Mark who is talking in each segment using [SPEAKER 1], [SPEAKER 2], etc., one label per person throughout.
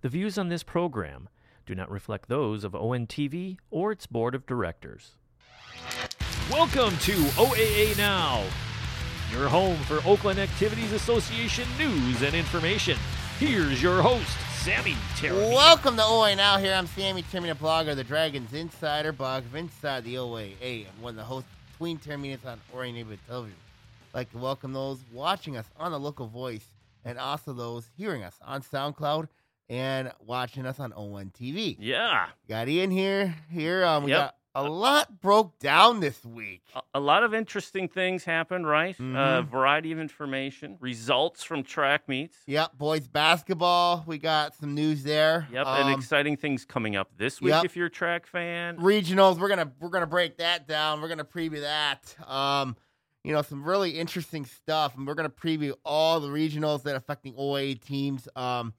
[SPEAKER 1] The views on this program do not reflect those of ONTV or its board of directors. Welcome to OAA Now, your home for Oakland Activities Association news and information. Here's your host, Sammy Terry.
[SPEAKER 2] Welcome to OA Now. Here I'm Sammy Termina, blogger, of the Dragons Insider, blog of Inside the OAA. I'm one of the hosts between Terminus on Ori Neighborhood Television. I'd like to welcome those watching us on the local voice and also those hearing us on SoundCloud and watching us on O1 TV.
[SPEAKER 1] Yeah,
[SPEAKER 2] Got Ian here. Here, um, we
[SPEAKER 3] Yep.
[SPEAKER 2] got a lot broke down this week.
[SPEAKER 3] a- a lot of interesting things happened, right? A
[SPEAKER 2] Mhm.
[SPEAKER 3] variety of information, results from track meets.
[SPEAKER 2] Yep, boys basketball. We got some news there.
[SPEAKER 3] Yep,
[SPEAKER 2] um,
[SPEAKER 3] and exciting things coming up this week
[SPEAKER 2] yep.
[SPEAKER 3] if you're a track fan.
[SPEAKER 2] regionals. We're gonna we're gonna break that down. We're gonna preview that. Um, you know, some really interesting stuff, and we're gonna preview all the regionals that are affecting OAA teams. Um,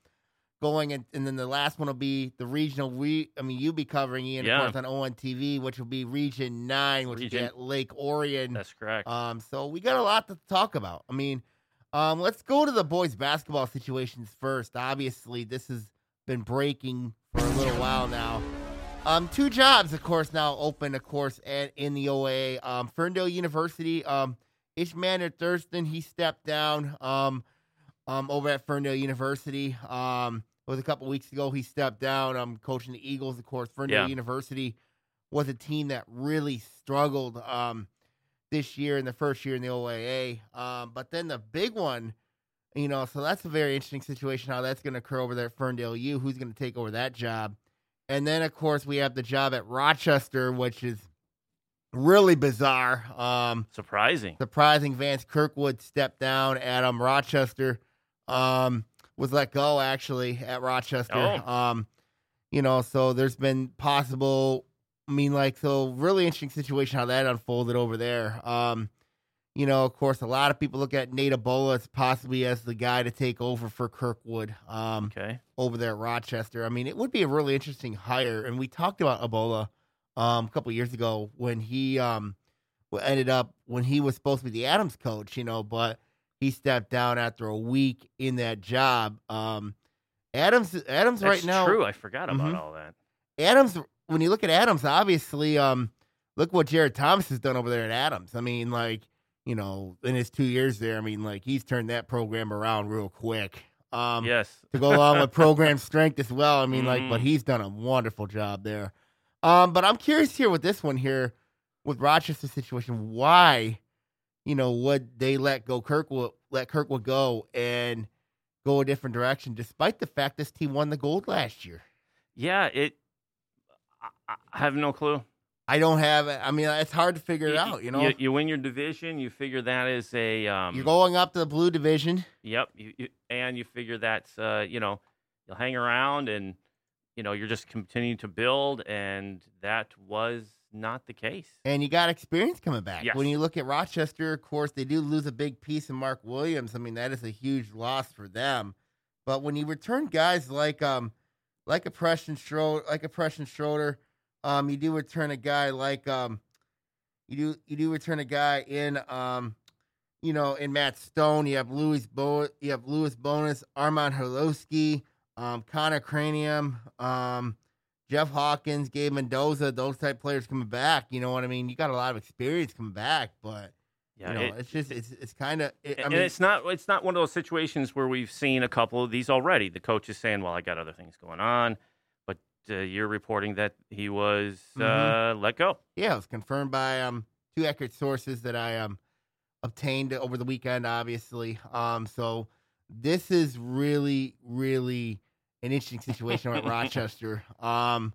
[SPEAKER 2] going and, and then the last one will be the regional. We I mean, you be covering Ian
[SPEAKER 3] Yeah.
[SPEAKER 2] of course on ON TV, which will be Region Nine, which
[SPEAKER 3] Region-
[SPEAKER 2] is at Lake Orion.
[SPEAKER 3] That's correct.
[SPEAKER 2] Um, so we got a lot to talk about. I mean, um, let's go to the boys basketball situations first. Obviously, this has been breaking for a little while now. Um, two jobs, of course, now open, of course, at, in the OAA. Um, Ferndale University, um, Ishmander Thurston, he stepped down um, um, over at Ferndale University. Um, it was a couple weeks ago he stepped down. Um, coaching the Eagles, of course. Ferndale
[SPEAKER 3] Yeah.
[SPEAKER 2] University was a team that really struggled um, this year in the first year in the OAA. Um, but then the big one, you know, so that's a very interesting situation how that's going to occur over there at Ferndale U. Who's going to take over that job? And then, of course, we have the job at Rochester, which is really bizarre. Um,
[SPEAKER 3] Surprising.
[SPEAKER 2] surprising Vance Kirkwood stepped down at um, Rochester. Um, was let go actually at Rochester.
[SPEAKER 3] Oh.
[SPEAKER 2] Um, you know, so there's been possible. I mean, like, so really interesting situation how that unfolded over there. Um, you know, of course, a lot of people look at Nate Ebola as possibly as the guy to take over for Kirkwood. Um,
[SPEAKER 3] Okay.
[SPEAKER 2] over there at Rochester. I mean, it would be a really interesting hire. And we talked about Ebola um, a couple years ago when he um, w- ended up when he was supposed to be the Adams coach, you know, but he stepped down after a week in that job. Um, Adams, Adams,
[SPEAKER 3] That's
[SPEAKER 2] right now,
[SPEAKER 3] true. I forgot about
[SPEAKER 2] Mhm.
[SPEAKER 3] all that.
[SPEAKER 2] Adams. When you look at Adams, obviously, um, look what Jared Thomas has done over there at Adams. I mean, like you know, in his two years there, I mean, like he's turned that program around real quick. Um,
[SPEAKER 3] yes.
[SPEAKER 2] to go along with program strength as well. I mean, like, but
[SPEAKER 3] Mhm.
[SPEAKER 2] he's done a wonderful job there. Um, but I'm curious here with this one here, with Rochester's situation, why, you know, would they let go Kirkwood, let Kirkwood go and go a different direction, despite the fact this team won the gold last year?
[SPEAKER 3] Yeah, it. I, I have no clue.
[SPEAKER 2] I don't have. I mean, it's hard to figure it
[SPEAKER 3] You-
[SPEAKER 2] out. You know,
[SPEAKER 3] you, win your division. You figure that is a. Um,
[SPEAKER 2] you're going up to the blue division.
[SPEAKER 3] Yep. You, you, and you figure that uh, you know you'll hang around and you know you're just continuing to build, and that was not the case.
[SPEAKER 2] And you got experience coming back.
[SPEAKER 3] Yes.
[SPEAKER 2] When you look at Rochester, of course, they do lose a big piece in Mark Williams. I mean, that is a huge loss for them. But when you return guys like um like a Preston Schroeder, like a Preston Schroeder, um, you do return a guy like um you do you do return a guy in um you know in Matt Stone. You have Louis Bo you have Louis Bonus, Armand Herlowski, um, Connor Cranium, um, Jeff Hawkins, Gabe Mendoza, those type players coming back. You know what I mean? You got a lot of experience coming back, but
[SPEAKER 3] Yeah,
[SPEAKER 2] you know,
[SPEAKER 3] it-
[SPEAKER 2] it's just it's it's kind of. It, I
[SPEAKER 3] and
[SPEAKER 2] mean,
[SPEAKER 3] it's not it's not one of those situations where we've seen a couple of these already. The coach is saying, "Well, I got other things going on," but uh, you're reporting that he was uh,
[SPEAKER 2] Mhm.
[SPEAKER 3] let go.
[SPEAKER 2] Yeah, it was confirmed by um two accurate sources that I um obtained over the weekend, obviously. Um, so this is really, really an interesting situation at Rochester. Um,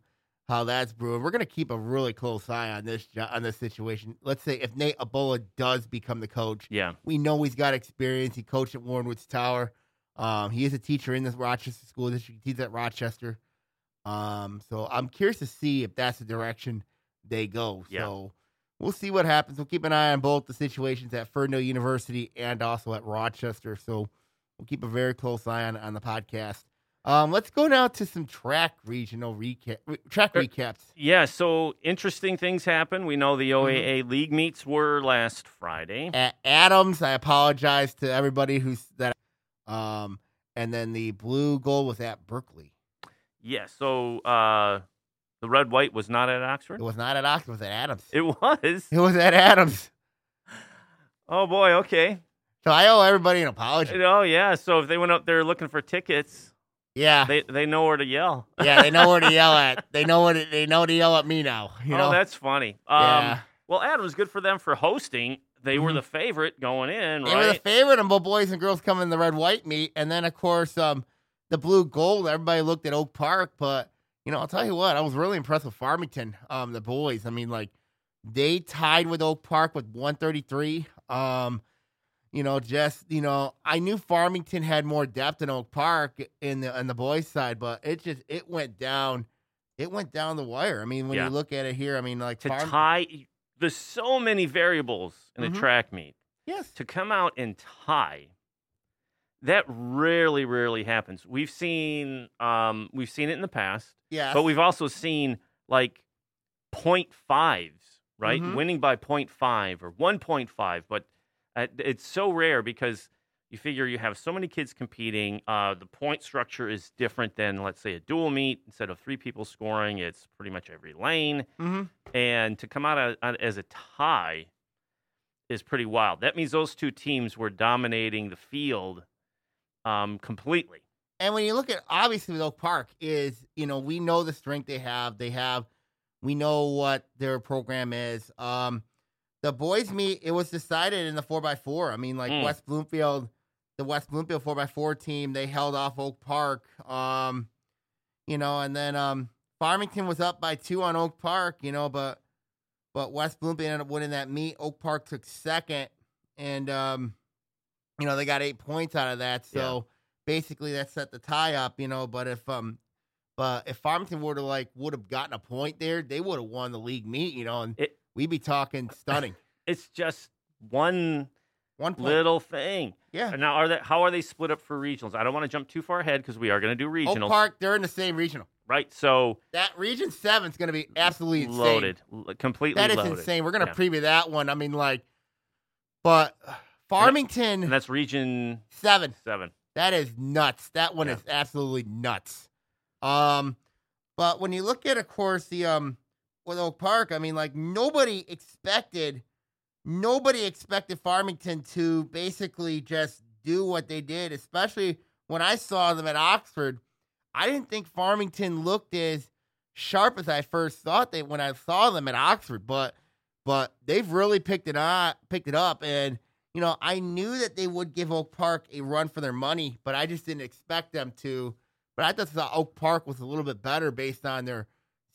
[SPEAKER 2] how that's brewing. We're gonna keep a really close eye on this jo- on this situation. Let's say if Nate Ebola does become the coach,
[SPEAKER 3] Yeah,
[SPEAKER 2] we know he's got experience. He coached at Warrenwood's Tower. Um, he is a teacher in the Rochester school district. He's at Rochester. Um, so I'm curious to see if that's the direction they go.
[SPEAKER 3] Yeah.
[SPEAKER 2] So we'll see what happens. We'll keep an eye on both the situations at Ferndale University and also at Rochester. So we'll keep a very close eye on on the podcast. Um, let's go now to some track regional recap track
[SPEAKER 3] Er-
[SPEAKER 2] recaps.
[SPEAKER 3] yeah. So interesting things happen. We know the
[SPEAKER 2] Mm-hmm.
[SPEAKER 3] OAA league meets were last Friday.
[SPEAKER 2] at Adams. I apologize to everybody who's that. Um, and then the blue goal was at Berkeley.
[SPEAKER 3] Yeah. So uh, the red white was not at Oxford.
[SPEAKER 2] It was not at Oxford. It was at Adams.
[SPEAKER 3] It was.
[SPEAKER 2] It was at Adams.
[SPEAKER 3] Oh boy. Okay.
[SPEAKER 2] So I owe everybody an apology.
[SPEAKER 3] Oh yeah. So if they went up there looking for tickets,
[SPEAKER 2] Yeah,
[SPEAKER 3] they they know where to yell.
[SPEAKER 2] yeah. They know where to yell at. They know what. They know to yell at me now. You know.
[SPEAKER 3] Oh, that's funny. Um,
[SPEAKER 2] yeah. Mm-hmm.
[SPEAKER 3] Well, Adams, good for them for hosting. They were the favorite going in,
[SPEAKER 2] They were the
[SPEAKER 3] right?
[SPEAKER 2] favorite and both boys and girls coming in the red white meet. And then, of course, um, the blue gold. Everybody looked at Oak Park, but, you know, I'll tell you what, I was really impressed with Farmington, um, the boys. I mean, like, they tied with Oak Park with 133. Um, you know, just, you know, I knew Farmington had more depth than Oak Park in the on the boys' side, but it just it went down it went down the wire. I mean, when
[SPEAKER 3] Yeah.
[SPEAKER 2] you look at it here, I mean like
[SPEAKER 3] to
[SPEAKER 2] Farm-
[SPEAKER 3] tie, there's so many variables in
[SPEAKER 2] Mhm.
[SPEAKER 3] a track meet.
[SPEAKER 2] Yes.
[SPEAKER 3] to come out and tie that rarely rarely happens we've seen um we've seen it in the past
[SPEAKER 2] Yeah.
[SPEAKER 3] but we've also seen like point fives right
[SPEAKER 2] Mhm.
[SPEAKER 3] winning by point five or 1.5 but uh, it's so rare because you figure you have so many kids competing uh the point structure is different than let's say a dual meet instead of three people scoring it's pretty much every lane
[SPEAKER 2] Mhm.
[SPEAKER 3] and to come out a- a- as a tie is pretty wild. That means those two teams were dominating the field um, completely.
[SPEAKER 2] And when you look at obviously with Oak Park is, you know, we know the strength they have. They have we know what their program is. Um the boys meet, it was decided in the four by four. I mean, like
[SPEAKER 3] Mm.
[SPEAKER 2] West Bloomfield, the West Bloomfield four by four team, they held off Oak Park. Um, you know, and then um Farmington was up by two on Oak Park, you know, but but West Bloomfield ended up winning that meet. Oak Park took second and um you know, they got eight points out of that. So
[SPEAKER 3] Yeah.
[SPEAKER 2] basically that set the tie up, you know. But if um, but if Farmington would have like would have gotten a point there, they would have won the league meet, you know, and
[SPEAKER 3] It-
[SPEAKER 2] we'd be talking stunning.
[SPEAKER 3] It's just one
[SPEAKER 2] One point,
[SPEAKER 3] little thing.
[SPEAKER 2] yeah.
[SPEAKER 3] And Now, are that how are they split up for regionals? I don't want to jump too far ahead because we are going to do
[SPEAKER 2] Oak
[SPEAKER 3] regionals,
[SPEAKER 2] Park, they're in the same regional.
[SPEAKER 3] right? So
[SPEAKER 2] That region seven's going to be absolutely insane.
[SPEAKER 3] loaded, L- completely
[SPEAKER 2] That is
[SPEAKER 3] loaded.
[SPEAKER 2] insane. We're going to
[SPEAKER 3] Yeah.
[SPEAKER 2] preview that one. I mean, like, but Farmington
[SPEAKER 3] And that's region
[SPEAKER 2] seven.
[SPEAKER 3] seven.
[SPEAKER 2] That is nuts. That one
[SPEAKER 3] Yeah.
[SPEAKER 2] is absolutely nuts. Um, but when you look at, of course, the um with Oak Park, I mean, like nobody expected, nobody expected Farmington to basically just do what they did. Especially when I saw them at Oxford, I didn't think Farmington looked as sharp as I first thought they when I saw them at Oxford. But but they've really picked it up, picked it up, and you know, I knew that they would give Oak Park a run for their money, but I just didn't expect them to. But I just thought Oak Park was a little bit better based on their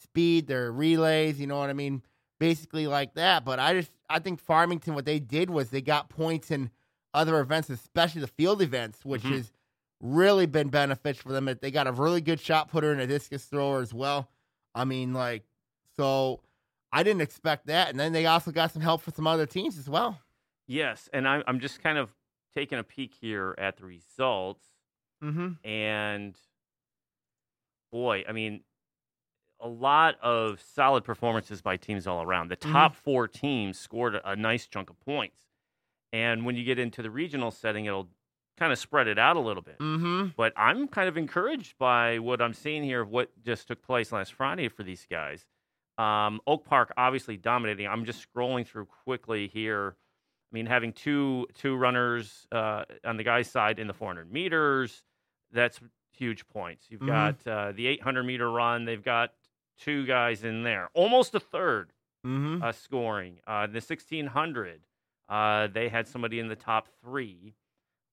[SPEAKER 2] speed, their relays, you know what I mean? Basically like that. But I just I think Farmington what they did was they got points in other events, especially the field events, which
[SPEAKER 3] Mhm.
[SPEAKER 2] has really been beneficial for them. They got a really good shot putter and a discus thrower as well. I mean, like so I didn't expect that. And then they also got some help from some other teams as well.
[SPEAKER 3] Yes, and I'm I'm just kind of taking a peek here at the results.
[SPEAKER 2] Mm-hmm.
[SPEAKER 3] and boy, I mean, a lot of solid performances by teams all around. The
[SPEAKER 2] Mhm.
[SPEAKER 3] top four teams scored a, a nice chunk of points, and when you get into the regional setting, it'll kind of spread it out a little bit.
[SPEAKER 2] Mm-hmm.
[SPEAKER 3] But I'm kind of encouraged by what I'm seeing here of what just took place last Friday for these guys. Um, Oak Park obviously dominating. I'm just scrolling through quickly here. I mean, having two two runners uh, on the guys' side in the 400 meters, that's huge points. You've
[SPEAKER 2] Mhm.
[SPEAKER 3] got uh, the 800 meter run. They've got two guys in there, almost a third
[SPEAKER 2] Mm-hmm.
[SPEAKER 3] uh, scoring. Uh, in the 1600, uh, they had somebody in the top three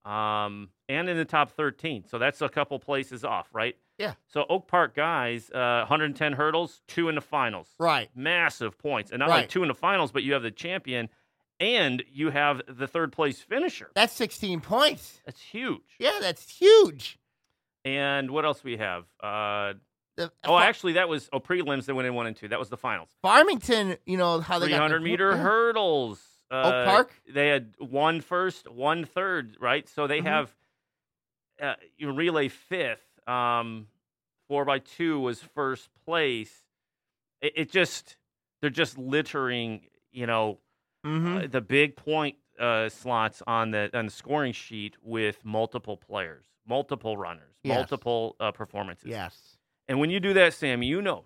[SPEAKER 3] um, and in the top 13. So that's a couple places off, right?
[SPEAKER 2] Yeah.
[SPEAKER 3] So Oak Park guys, uh, 110 hurdles, two in the finals.
[SPEAKER 2] Right.
[SPEAKER 3] Massive points. And not
[SPEAKER 2] Right.
[SPEAKER 3] like two in the finals, but you have the champion and you have the third place finisher.
[SPEAKER 2] That's 16 points.
[SPEAKER 3] That's huge.
[SPEAKER 2] Yeah, that's huge.
[SPEAKER 3] And what else we have? Uh,
[SPEAKER 2] The,
[SPEAKER 3] oh,
[SPEAKER 2] Fa-
[SPEAKER 3] actually, that was oh, prelims. They went in one and two. That was the finals.
[SPEAKER 2] Farmington, you know how they got
[SPEAKER 3] 300
[SPEAKER 2] the-
[SPEAKER 3] meter
[SPEAKER 2] Yeah.
[SPEAKER 3] hurdles. Uh,
[SPEAKER 2] Park?
[SPEAKER 3] They had one first, one third, right? So they
[SPEAKER 2] Mhm.
[SPEAKER 3] have uh, you relay fifth. Um, four by two was first place. It, it just they're just littering, you know,
[SPEAKER 2] Mhm.
[SPEAKER 3] uh, the big point uh, slots on the on the scoring sheet with multiple players, multiple runners,
[SPEAKER 2] Yes.
[SPEAKER 3] multiple uh, performances.
[SPEAKER 2] Yes.
[SPEAKER 3] And when you do that, Sam, you know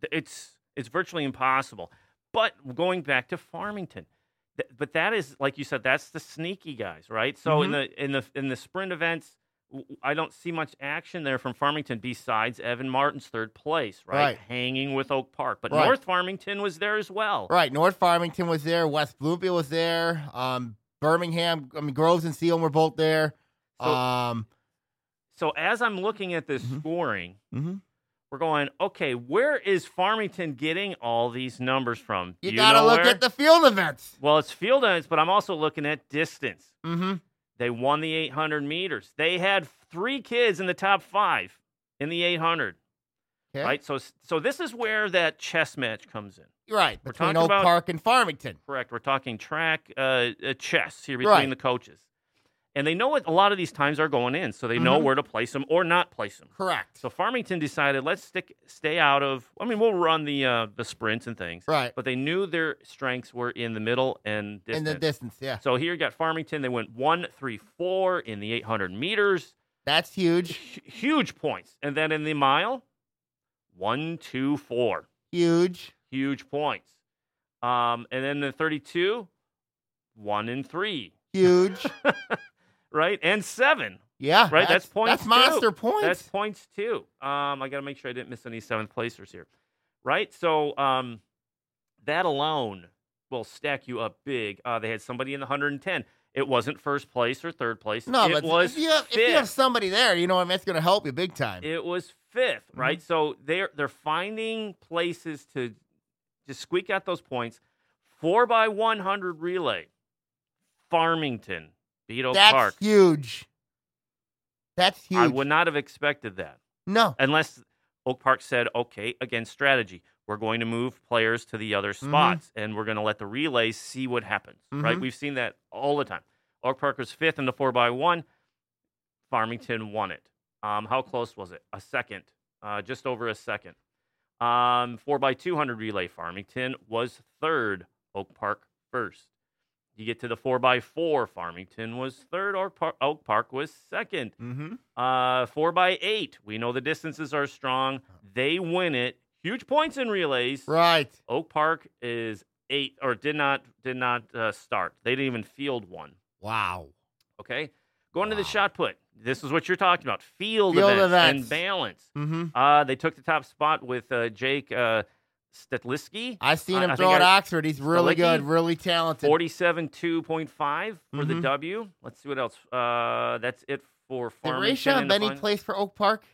[SPEAKER 3] th- it's it's virtually impossible. But going back to Farmington, th- but that is like you said, that's the sneaky guys, right? So in
[SPEAKER 2] Mm-hmm.
[SPEAKER 3] the in the in the sprint events, w- I don't see much action there from Farmington besides Evan Martin's third place, right?
[SPEAKER 2] Right.
[SPEAKER 3] Hanging with Oak Park, but
[SPEAKER 2] Right.
[SPEAKER 3] North Farmington was there as well.
[SPEAKER 2] Right. North Farmington was there. West Bloomfield was there. Um, Birmingham, I mean, Groves and Seal were both there.
[SPEAKER 3] So-
[SPEAKER 2] um,
[SPEAKER 3] So as I'm looking at this
[SPEAKER 2] Mhm.
[SPEAKER 3] scoring,
[SPEAKER 2] mhm.
[SPEAKER 3] we're going, okay, where is Farmington getting all these numbers from? Do
[SPEAKER 2] you, got to
[SPEAKER 3] know
[SPEAKER 2] look
[SPEAKER 3] where?
[SPEAKER 2] at the field events.
[SPEAKER 3] Well, it's field events, but I'm also looking at distance.
[SPEAKER 2] Mm-hmm.
[SPEAKER 3] They won the 800 meters. They had three kids in the top five in the 800,
[SPEAKER 2] Okay.
[SPEAKER 3] right? So, so this is where that chess match comes in.
[SPEAKER 2] Right.
[SPEAKER 3] We're
[SPEAKER 2] Between
[SPEAKER 3] talking
[SPEAKER 2] Oak
[SPEAKER 3] about-
[SPEAKER 2] Park and Farmington.
[SPEAKER 3] Correct. We're talking track, uh, uh, chess here between
[SPEAKER 2] Right.
[SPEAKER 3] the coaches, and they know what a lot of these times are going in, so they know
[SPEAKER 2] Mhm.
[SPEAKER 3] where to place them or not place them.
[SPEAKER 2] Correct.
[SPEAKER 3] So Farmington decided, let's stick, stay out of. I mean, we'll run the uh, the sprints and things,
[SPEAKER 2] right.
[SPEAKER 3] but they knew their strengths were in the middle and
[SPEAKER 2] In
[SPEAKER 3] distance.
[SPEAKER 2] the distance. Yeah.
[SPEAKER 3] so here you got Farmington. They went one, three, four in the 800 meters,
[SPEAKER 2] That's huge.
[SPEAKER 3] Hu- huge points, and then in the mile, one, two, four,
[SPEAKER 2] Huge.
[SPEAKER 3] huge points. Um, and then the 32, one and three,
[SPEAKER 2] Huge.
[SPEAKER 3] right, and seven.
[SPEAKER 2] Yeah.
[SPEAKER 3] Right, that's points
[SPEAKER 2] That's
[SPEAKER 3] too.
[SPEAKER 2] monster points.
[SPEAKER 3] That's points too. Um, I got to make sure I didn't miss any seventh placers here, right? So um, that alone will stack you up big. Uh, they had somebody in the 110. It wasn't first place or third place.
[SPEAKER 2] no,
[SPEAKER 3] it
[SPEAKER 2] but
[SPEAKER 3] was
[SPEAKER 2] if you, have, if
[SPEAKER 3] fifth.
[SPEAKER 2] you have somebody there, you know what I mean? That's going to help you big time.
[SPEAKER 3] It was fifth,
[SPEAKER 2] Mhm.
[SPEAKER 3] right? So they're they're finding places to just squeak out those points. Four by 100 relay, Farmington beat Oak
[SPEAKER 2] that's
[SPEAKER 3] Park.
[SPEAKER 2] huge. That's huge.
[SPEAKER 3] I would not have expected that.
[SPEAKER 2] no.
[SPEAKER 3] unless Oak Park said, okay, again, strategy. We're going to move players to the other spots and we're going to let the relays see what happens, right?
[SPEAKER 2] Mhm.
[SPEAKER 3] We've seen that all the time. Oak Park was fifth in the four by one. Farmington won it. Um, how close was it? A second, uh, just over a second. Um, four by 200 relay, Farmington was third, Oak Park first. You get to the four by four, Farmington was third, Oak Park, Oak Park was second.
[SPEAKER 2] Mm-hmm.
[SPEAKER 3] Uh, four by eight. We know the distances are strong. They win it. Huge points in relays.
[SPEAKER 2] Right.
[SPEAKER 3] Oak Park is eight or did not did not uh, start. They didn't even field one.
[SPEAKER 2] Wow.
[SPEAKER 3] Okay, going to the
[SPEAKER 2] Wow.
[SPEAKER 3] shot put. This is what you're talking about. Field,
[SPEAKER 2] Field
[SPEAKER 3] events,
[SPEAKER 2] events.
[SPEAKER 3] and balance.
[SPEAKER 2] Mm-hmm.
[SPEAKER 3] Uh, they took the top spot with uh, Jake uh, Stetlisky,
[SPEAKER 2] I've seen
[SPEAKER 3] I-
[SPEAKER 2] him
[SPEAKER 3] I
[SPEAKER 2] throw
[SPEAKER 3] think
[SPEAKER 2] at
[SPEAKER 3] I-
[SPEAKER 2] Oxford. He's really
[SPEAKER 3] Stalicki?
[SPEAKER 2] good, really talented.
[SPEAKER 3] 47.2.5 for the
[SPEAKER 2] Mhm.
[SPEAKER 3] W. Let's see what else. Uh, that's it for
[SPEAKER 2] Did
[SPEAKER 3] Farmington. in
[SPEAKER 2] Rayshawn
[SPEAKER 3] the
[SPEAKER 2] Benny
[SPEAKER 3] final.
[SPEAKER 2] plays for Oak Park?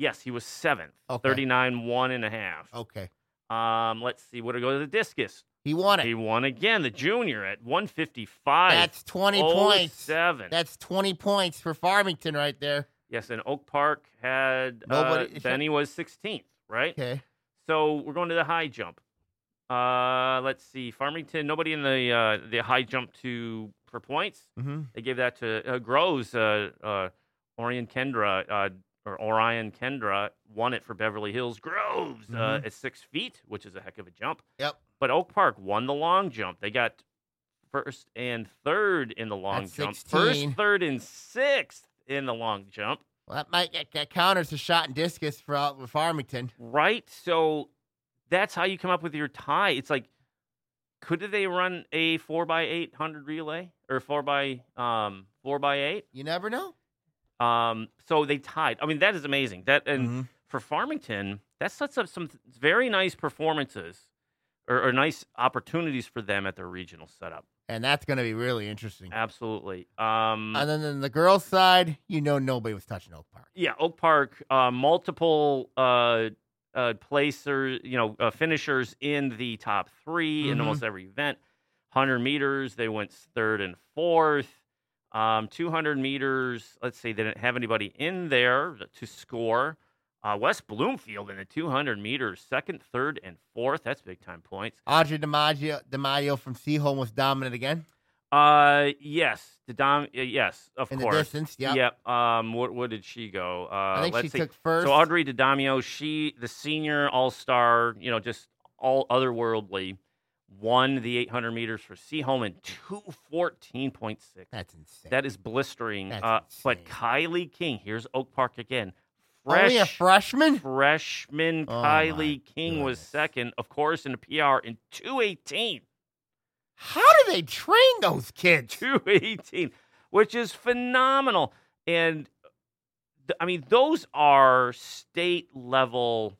[SPEAKER 3] Yes, he was seventh.
[SPEAKER 2] Okay.
[SPEAKER 3] 39, one and a half.
[SPEAKER 2] Okay.
[SPEAKER 3] Um, let's see, what to go to the discus.
[SPEAKER 2] He won it.
[SPEAKER 3] He won again, the junior at 155.
[SPEAKER 2] That's 20 points.
[SPEAKER 3] Seven.
[SPEAKER 2] That's 20 points for Farmington right there.
[SPEAKER 3] yes, and Oak Park had
[SPEAKER 2] Nobody-
[SPEAKER 3] uh, Benny was 16th, right?
[SPEAKER 2] Okay.
[SPEAKER 3] So we're going to the high jump. Uh, let's see, Farmington. Nobody in the uh, the high jump to for points.
[SPEAKER 2] Mm-hmm.
[SPEAKER 3] They gave that to uh, Groves. Uh, uh, Orion Kendra uh, or Orion Kendra won it for Beverly Hills. Groves uh,
[SPEAKER 2] Mhm.
[SPEAKER 3] at six feet, which is a heck of a jump.
[SPEAKER 2] Yep.
[SPEAKER 3] But Oak Park won the long jump. They got first and third in the long
[SPEAKER 2] That's
[SPEAKER 3] jump.
[SPEAKER 2] 16.
[SPEAKER 3] First, third, and sixth in the long jump.
[SPEAKER 2] Well, that might get, get counters to shot and discus for out with Farmington.
[SPEAKER 3] Right? So that's how you come up with your tie. It's like, could they run a four by eight hundred relay or four by um four by eight?
[SPEAKER 2] You never know.
[SPEAKER 3] Um, so they tied. I mean, that is amazing. That and
[SPEAKER 2] Mm-hmm.
[SPEAKER 3] for Farmington, that sets up some th- very nice performances or, or nice opportunities for them at their regional setup.
[SPEAKER 2] And that's going to be really interesting.
[SPEAKER 3] Absolutely. Um,
[SPEAKER 2] And then on the girls' side, you know nobody was touching Oak Park.
[SPEAKER 3] yeah, Oak Park, uh, multiple uh, uh, placers, you know, uh, finishers in the top 3 in
[SPEAKER 2] Mhm.
[SPEAKER 3] almost every event. 100 meters, they went third and fourth. Um, 200 meters, let's see, they didn't have anybody in there to score. Uh, West Bloomfield in the 200 meters, second, third, and fourth. That's big time points.
[SPEAKER 2] Audrey DiMaggio, DiMaggio from Seaholm was dominant again
[SPEAKER 3] Uh, yes, the dom, uh, yes, of
[SPEAKER 2] in
[SPEAKER 3] course.
[SPEAKER 2] the distance. Yep.
[SPEAKER 3] Yep. Um, what, what did she go? Uh,
[SPEAKER 2] I think
[SPEAKER 3] let's
[SPEAKER 2] she
[SPEAKER 3] see.
[SPEAKER 2] took first.
[SPEAKER 3] So Audrey DiDamio, she the senior all-star, you know, just all otherworldly, won the 800 meters for Seaholm in 214.6.
[SPEAKER 2] that's insane.
[SPEAKER 3] That is blistering.
[SPEAKER 2] That's
[SPEAKER 3] uh, but
[SPEAKER 2] insane.
[SPEAKER 3] Kylie King, here's Oak Park again, fresh
[SPEAKER 2] Only a freshman?
[SPEAKER 3] freshman
[SPEAKER 2] Oh, my
[SPEAKER 3] Kylie King was
[SPEAKER 2] goodness.
[SPEAKER 3] second, of course, in the PR in 218.
[SPEAKER 2] How do they train those kids?
[SPEAKER 3] 218, which is phenomenal. And th- I mean, those are state level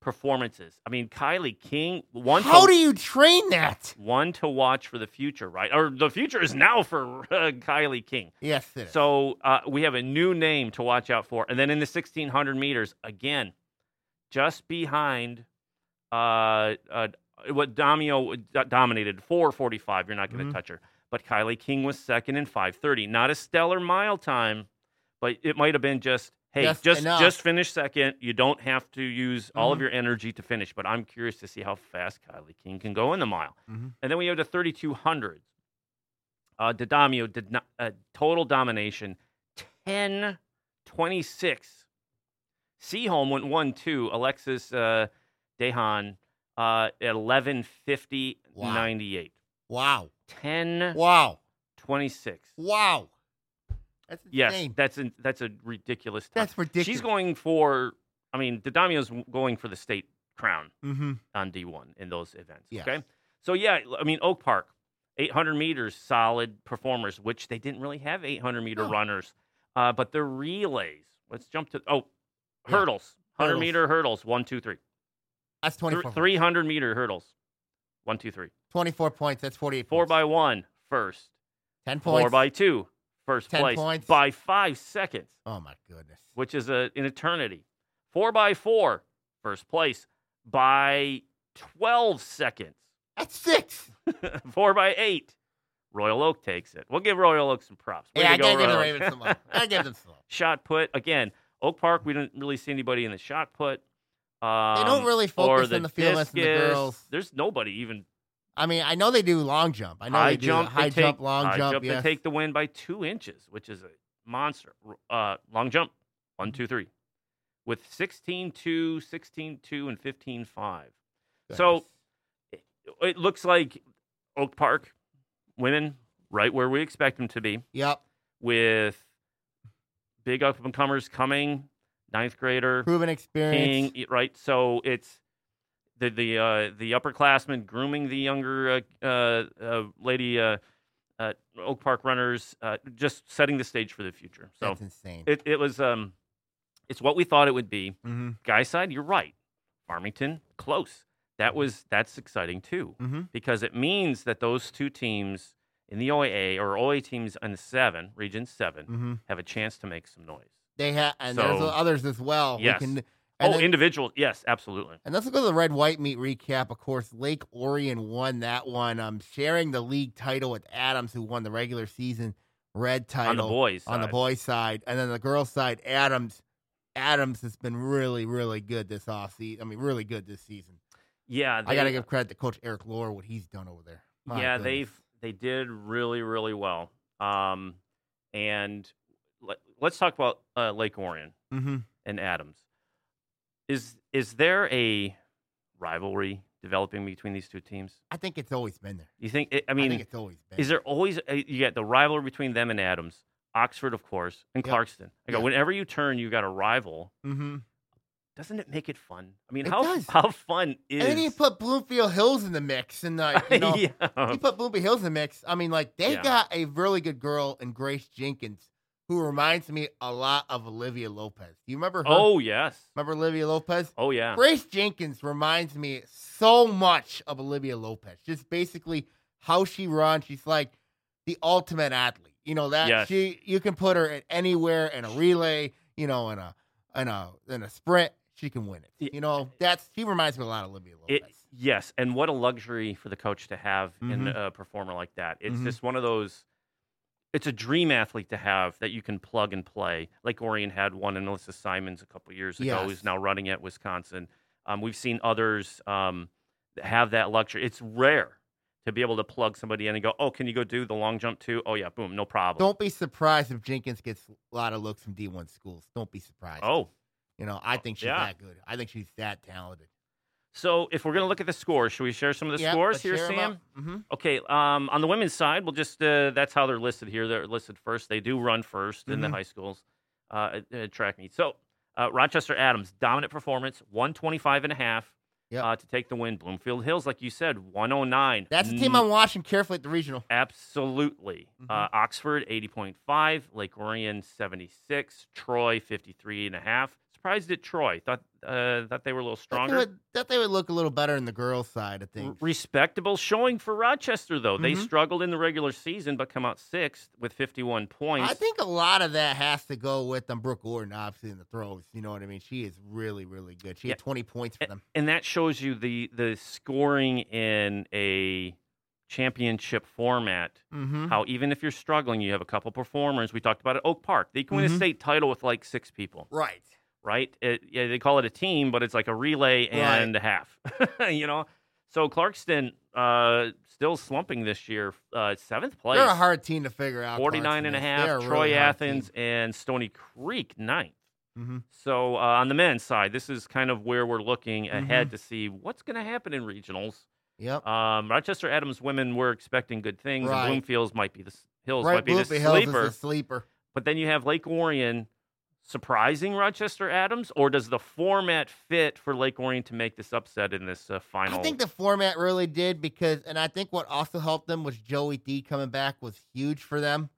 [SPEAKER 3] performances. I mean, Kylie King, one
[SPEAKER 2] How
[SPEAKER 3] to,
[SPEAKER 2] do you train that?
[SPEAKER 3] one to watch for the future, right? Or the future is now for uh, Kylie King.
[SPEAKER 2] Yes, it is.
[SPEAKER 3] So uh, we have a new name to watch out for. And then in the 1600 meters, again, just behind uh, uh, what Damio do- dominated 445. You're not going to
[SPEAKER 2] Mhm.
[SPEAKER 3] touch her. But Kylie King was second in 530. Not a stellar mile time, but it might have been just. Hey,
[SPEAKER 2] Just
[SPEAKER 3] just
[SPEAKER 2] enough.
[SPEAKER 3] just finish second. You don't have to use all
[SPEAKER 2] Mm-hmm.
[SPEAKER 3] of your energy to finish, but I'm curious to see how fast Kylie King can go in the mile.
[SPEAKER 2] Mhm.
[SPEAKER 3] And then we have the 3200s. Uh, Dadamio did not uh, total domination 10 26. Seaholm went 1 2. Alexis uh, Dehan uh, at 11 50
[SPEAKER 2] Wow.
[SPEAKER 3] 98.
[SPEAKER 2] wow.
[SPEAKER 3] 10
[SPEAKER 2] Wow.
[SPEAKER 3] 26.
[SPEAKER 2] Wow. That's
[SPEAKER 3] Yes,
[SPEAKER 2] insane.
[SPEAKER 3] that's a, that's a ridiculous time.
[SPEAKER 2] That's ridiculous.
[SPEAKER 3] She's going for, I mean, Dadamio's going for the state crown
[SPEAKER 2] Mm-hmm.
[SPEAKER 3] on D1 in those events.
[SPEAKER 2] Yes.
[SPEAKER 3] Okay. So, yeah, I mean, Oak Park, 800 meters, solid performers, which they didn't really have 800 meter
[SPEAKER 2] No.
[SPEAKER 3] runners, uh, but the relays. Let's jump to, oh,
[SPEAKER 2] Yeah.
[SPEAKER 3] hurdles, 100
[SPEAKER 2] Hurdles.
[SPEAKER 3] meter hurdles, one, two, three.
[SPEAKER 2] That's
[SPEAKER 3] Thr-
[SPEAKER 2] 24 points.
[SPEAKER 3] 300 meter hurdles, one, two, three.
[SPEAKER 2] 24 points. That's 48
[SPEAKER 3] Four
[SPEAKER 2] points.
[SPEAKER 3] by one, first.
[SPEAKER 2] 10 points.
[SPEAKER 3] Four by two, first
[SPEAKER 2] 10
[SPEAKER 3] place.
[SPEAKER 2] points.
[SPEAKER 3] By five seconds,
[SPEAKER 2] Oh, my goodness.
[SPEAKER 3] which is a, an eternity. Four by four, first place. By 12 seconds.
[SPEAKER 2] That's six.
[SPEAKER 3] four by eight. Royal Oak takes it. We'll give Royal Oak some props. Way
[SPEAKER 2] yeah,
[SPEAKER 3] to
[SPEAKER 2] I
[SPEAKER 3] go,
[SPEAKER 2] gotta give the
[SPEAKER 3] Royal
[SPEAKER 2] Ravens
[SPEAKER 3] Oak.
[SPEAKER 2] some love. I gotta give them some love.
[SPEAKER 3] shot put again. Oak Park, we didn't really see anybody in the shot put. Um,
[SPEAKER 2] They don't really
[SPEAKER 3] or
[SPEAKER 2] focus
[SPEAKER 3] the
[SPEAKER 2] on the females and the
[SPEAKER 3] discus.
[SPEAKER 2] girls.
[SPEAKER 3] There's nobody even
[SPEAKER 2] I mean, I know they do long jump. I know
[SPEAKER 3] high
[SPEAKER 2] they do
[SPEAKER 3] jump.
[SPEAKER 2] high
[SPEAKER 3] they take,
[SPEAKER 2] jump, long
[SPEAKER 3] high
[SPEAKER 2] jump.
[SPEAKER 3] jump.
[SPEAKER 2] yes.
[SPEAKER 3] They take the win by two inches, which is a monster. Uh, long jump, one, two, three, with 16-2, 16-2, and 15-5. So- It looks like Oak Park women right where we expect them to be.
[SPEAKER 2] yep,
[SPEAKER 3] with big up and comers coming, ninth grader,
[SPEAKER 2] proven
[SPEAKER 3] king,
[SPEAKER 2] experience.
[SPEAKER 3] y- right? So it's the the uh, the upperclassmen grooming the younger uh, uh, uh, lady uh, uh, Oak Park runners, uh, just setting the stage for the future. So
[SPEAKER 2] That's insane.
[SPEAKER 3] it, it was um, it's what we thought it would be.
[SPEAKER 2] mm-hmm.
[SPEAKER 3] Guy side, you're right. Farmington, close. That was that's exciting too
[SPEAKER 2] Mm-hmm.
[SPEAKER 3] because it means that those two teams in the OAA or OA teams in the seven, region 7
[SPEAKER 2] Mm-hmm.
[SPEAKER 3] have a chance to make some noise.
[SPEAKER 2] They have, and
[SPEAKER 3] So-
[SPEAKER 2] there's others as well. We
[SPEAKER 3] Yes.
[SPEAKER 2] can- and
[SPEAKER 3] oh,
[SPEAKER 2] then-
[SPEAKER 3] individual. Yes, absolutely.
[SPEAKER 2] And let's look at the red white meat recap. Of course, Lake Orion won that one. Um, sharing the league title with Adams, who won the regular season red title
[SPEAKER 3] On the boys.
[SPEAKER 2] on the
[SPEAKER 3] side.
[SPEAKER 2] boys' side, and then the girls' side, Adams. Adams has been really, really good this offseason. I mean, really good this season.
[SPEAKER 3] Yeah. They,
[SPEAKER 2] I got to give credit to Coach Eric Lohr what he's done over there. My
[SPEAKER 3] Yeah,
[SPEAKER 2] goodness.
[SPEAKER 3] they've they did really really well. Um, and let, let's talk about uh, Lake Orion
[SPEAKER 2] Mhm.
[SPEAKER 3] and Adams. Is is there a rivalry developing between these two teams?
[SPEAKER 2] I think it's always been there.
[SPEAKER 3] You think? I
[SPEAKER 2] I,
[SPEAKER 3] mean,
[SPEAKER 2] think it's always been.
[SPEAKER 3] Is there always a, you got the rivalry between them and Adams, Oxford, of course, and
[SPEAKER 2] Yep.
[SPEAKER 3] Clarkston? I go,
[SPEAKER 2] Yeah.
[SPEAKER 3] whenever you turn, you got a rival.
[SPEAKER 2] Mm-hmm.
[SPEAKER 3] Doesn't it make it fun? I mean,
[SPEAKER 2] It
[SPEAKER 3] how
[SPEAKER 2] does.
[SPEAKER 3] how fun is?
[SPEAKER 2] And then you put Bloomfield Hills in the mix, and like you know,
[SPEAKER 3] yeah.
[SPEAKER 2] you put Bloomfield Hills in the mix. I mean, like they
[SPEAKER 3] Yeah.
[SPEAKER 2] got a really good girl in Grace Jenkins, who reminds me a lot of Olivia Lopez. Do you remember her?
[SPEAKER 3] Oh yes.
[SPEAKER 2] remember Olivia Lopez?
[SPEAKER 3] Oh yeah.
[SPEAKER 2] Grace Jenkins reminds me so much of Olivia Lopez. Just basically how she runs. She's like the ultimate athlete. You know that
[SPEAKER 3] Yes.
[SPEAKER 2] she you can put her at anywhere in a relay. You know in a in a in a sprint, she can win
[SPEAKER 3] Y-
[SPEAKER 2] it. You know that's she reminds me a lot of Olivia Lopez.
[SPEAKER 3] It, yes, and what a luxury for the coach to have in
[SPEAKER 2] Mhm.
[SPEAKER 3] a performer like that. It's
[SPEAKER 2] Mhm.
[SPEAKER 3] just one of those. It's a dream athlete to have that you can plug and play. Like Orion had one, and Alyssa Simons a couple years ago,
[SPEAKER 2] Yes.
[SPEAKER 3] who's now running at Wisconsin. Um, we've seen others um, that have that luxury. It's rare to be able to plug somebody in and go, "Oh, can you go do the long jump too?" Oh yeah, boom, no problem.
[SPEAKER 2] Don't be surprised if Jenkins gets a lot of looks from D one schools. Don't be surprised.
[SPEAKER 3] oh,
[SPEAKER 2] you know I think she's
[SPEAKER 3] yeah.
[SPEAKER 2] that good. I think she's that talented.
[SPEAKER 3] so if we're gonna look at the scores, should we share some of the scores here, Sam?
[SPEAKER 2] Mm-hmm.
[SPEAKER 3] Okay, um, on the women's side, we'll just uh, that's how they're listed here. They're listed first. They do run 1st in the
[SPEAKER 2] Mhm.
[SPEAKER 3] high schools uh, at- at track meet. So Uh, Rochester Adams, dominant performance, 125 and a half
[SPEAKER 2] Yep.
[SPEAKER 3] uh, to take the win. Bloomfield Hills, like you said, 109.
[SPEAKER 2] That's the
[SPEAKER 3] Mm,
[SPEAKER 2] team I'm watching carefully at the regional.
[SPEAKER 3] Absolutely.
[SPEAKER 2] Mm-hmm.
[SPEAKER 3] Uh, Oxford, 80.5. Lake Orion, 76. Troy, 53 and a half. Surprised at Troy. Thought, uh, thought they were a little
[SPEAKER 2] Thought they
[SPEAKER 3] stronger.
[SPEAKER 2] would- thought they would look a little better in the girls' side of
[SPEAKER 3] R-
[SPEAKER 2] things.
[SPEAKER 3] respectable showing for Rochester, though. They
[SPEAKER 2] Mhm.
[SPEAKER 3] struggled in the regular season, but come out sixth with 51 points.
[SPEAKER 2] I think a lot of that has to go with um, Brooke Gordon, obviously, in the throws. You know what I mean? She is really, really good. She had
[SPEAKER 3] Yeah. Eh.
[SPEAKER 2] 20 points for them.
[SPEAKER 3] and that shows you the the scoring in a championship format.
[SPEAKER 2] Mm-hmm.
[SPEAKER 3] How even if you're struggling, you have a couple performers. We talked about at Oak Park, they can win
[SPEAKER 2] Mhm.
[SPEAKER 3] a state title with like six people,
[SPEAKER 2] Right.
[SPEAKER 3] right? It, yeah, they call it a team, but it's like a relay and a half. you know, so Clarkston uh, still slumping this year, uh, seventh place.
[SPEAKER 2] They're a hard team to figure out.
[SPEAKER 3] 49 and a half, Troy Athens and Stony Creek ninth.
[SPEAKER 2] Mm-hmm.
[SPEAKER 3] So uh, on the men's side, this is kind of where we're looking
[SPEAKER 2] Mm-hmm.
[SPEAKER 3] ahead to see what's going to happen in regionals.
[SPEAKER 2] Yep.
[SPEAKER 3] Um, Rochester Adams women were expecting good things. and
[SPEAKER 2] Right.
[SPEAKER 3] Bloomfields might be the s- Hills
[SPEAKER 2] right.
[SPEAKER 3] might be the
[SPEAKER 2] Bloomfield Hills
[SPEAKER 3] sleeper.
[SPEAKER 2] is a sleeper.
[SPEAKER 3] But then you have Lake Orion surprising Rochester Adams, or does the format fit for Lake Orion to make this upset in this uh, final?
[SPEAKER 2] I think the format really did because, and I think what also helped them was Joey D coming back was huge for them.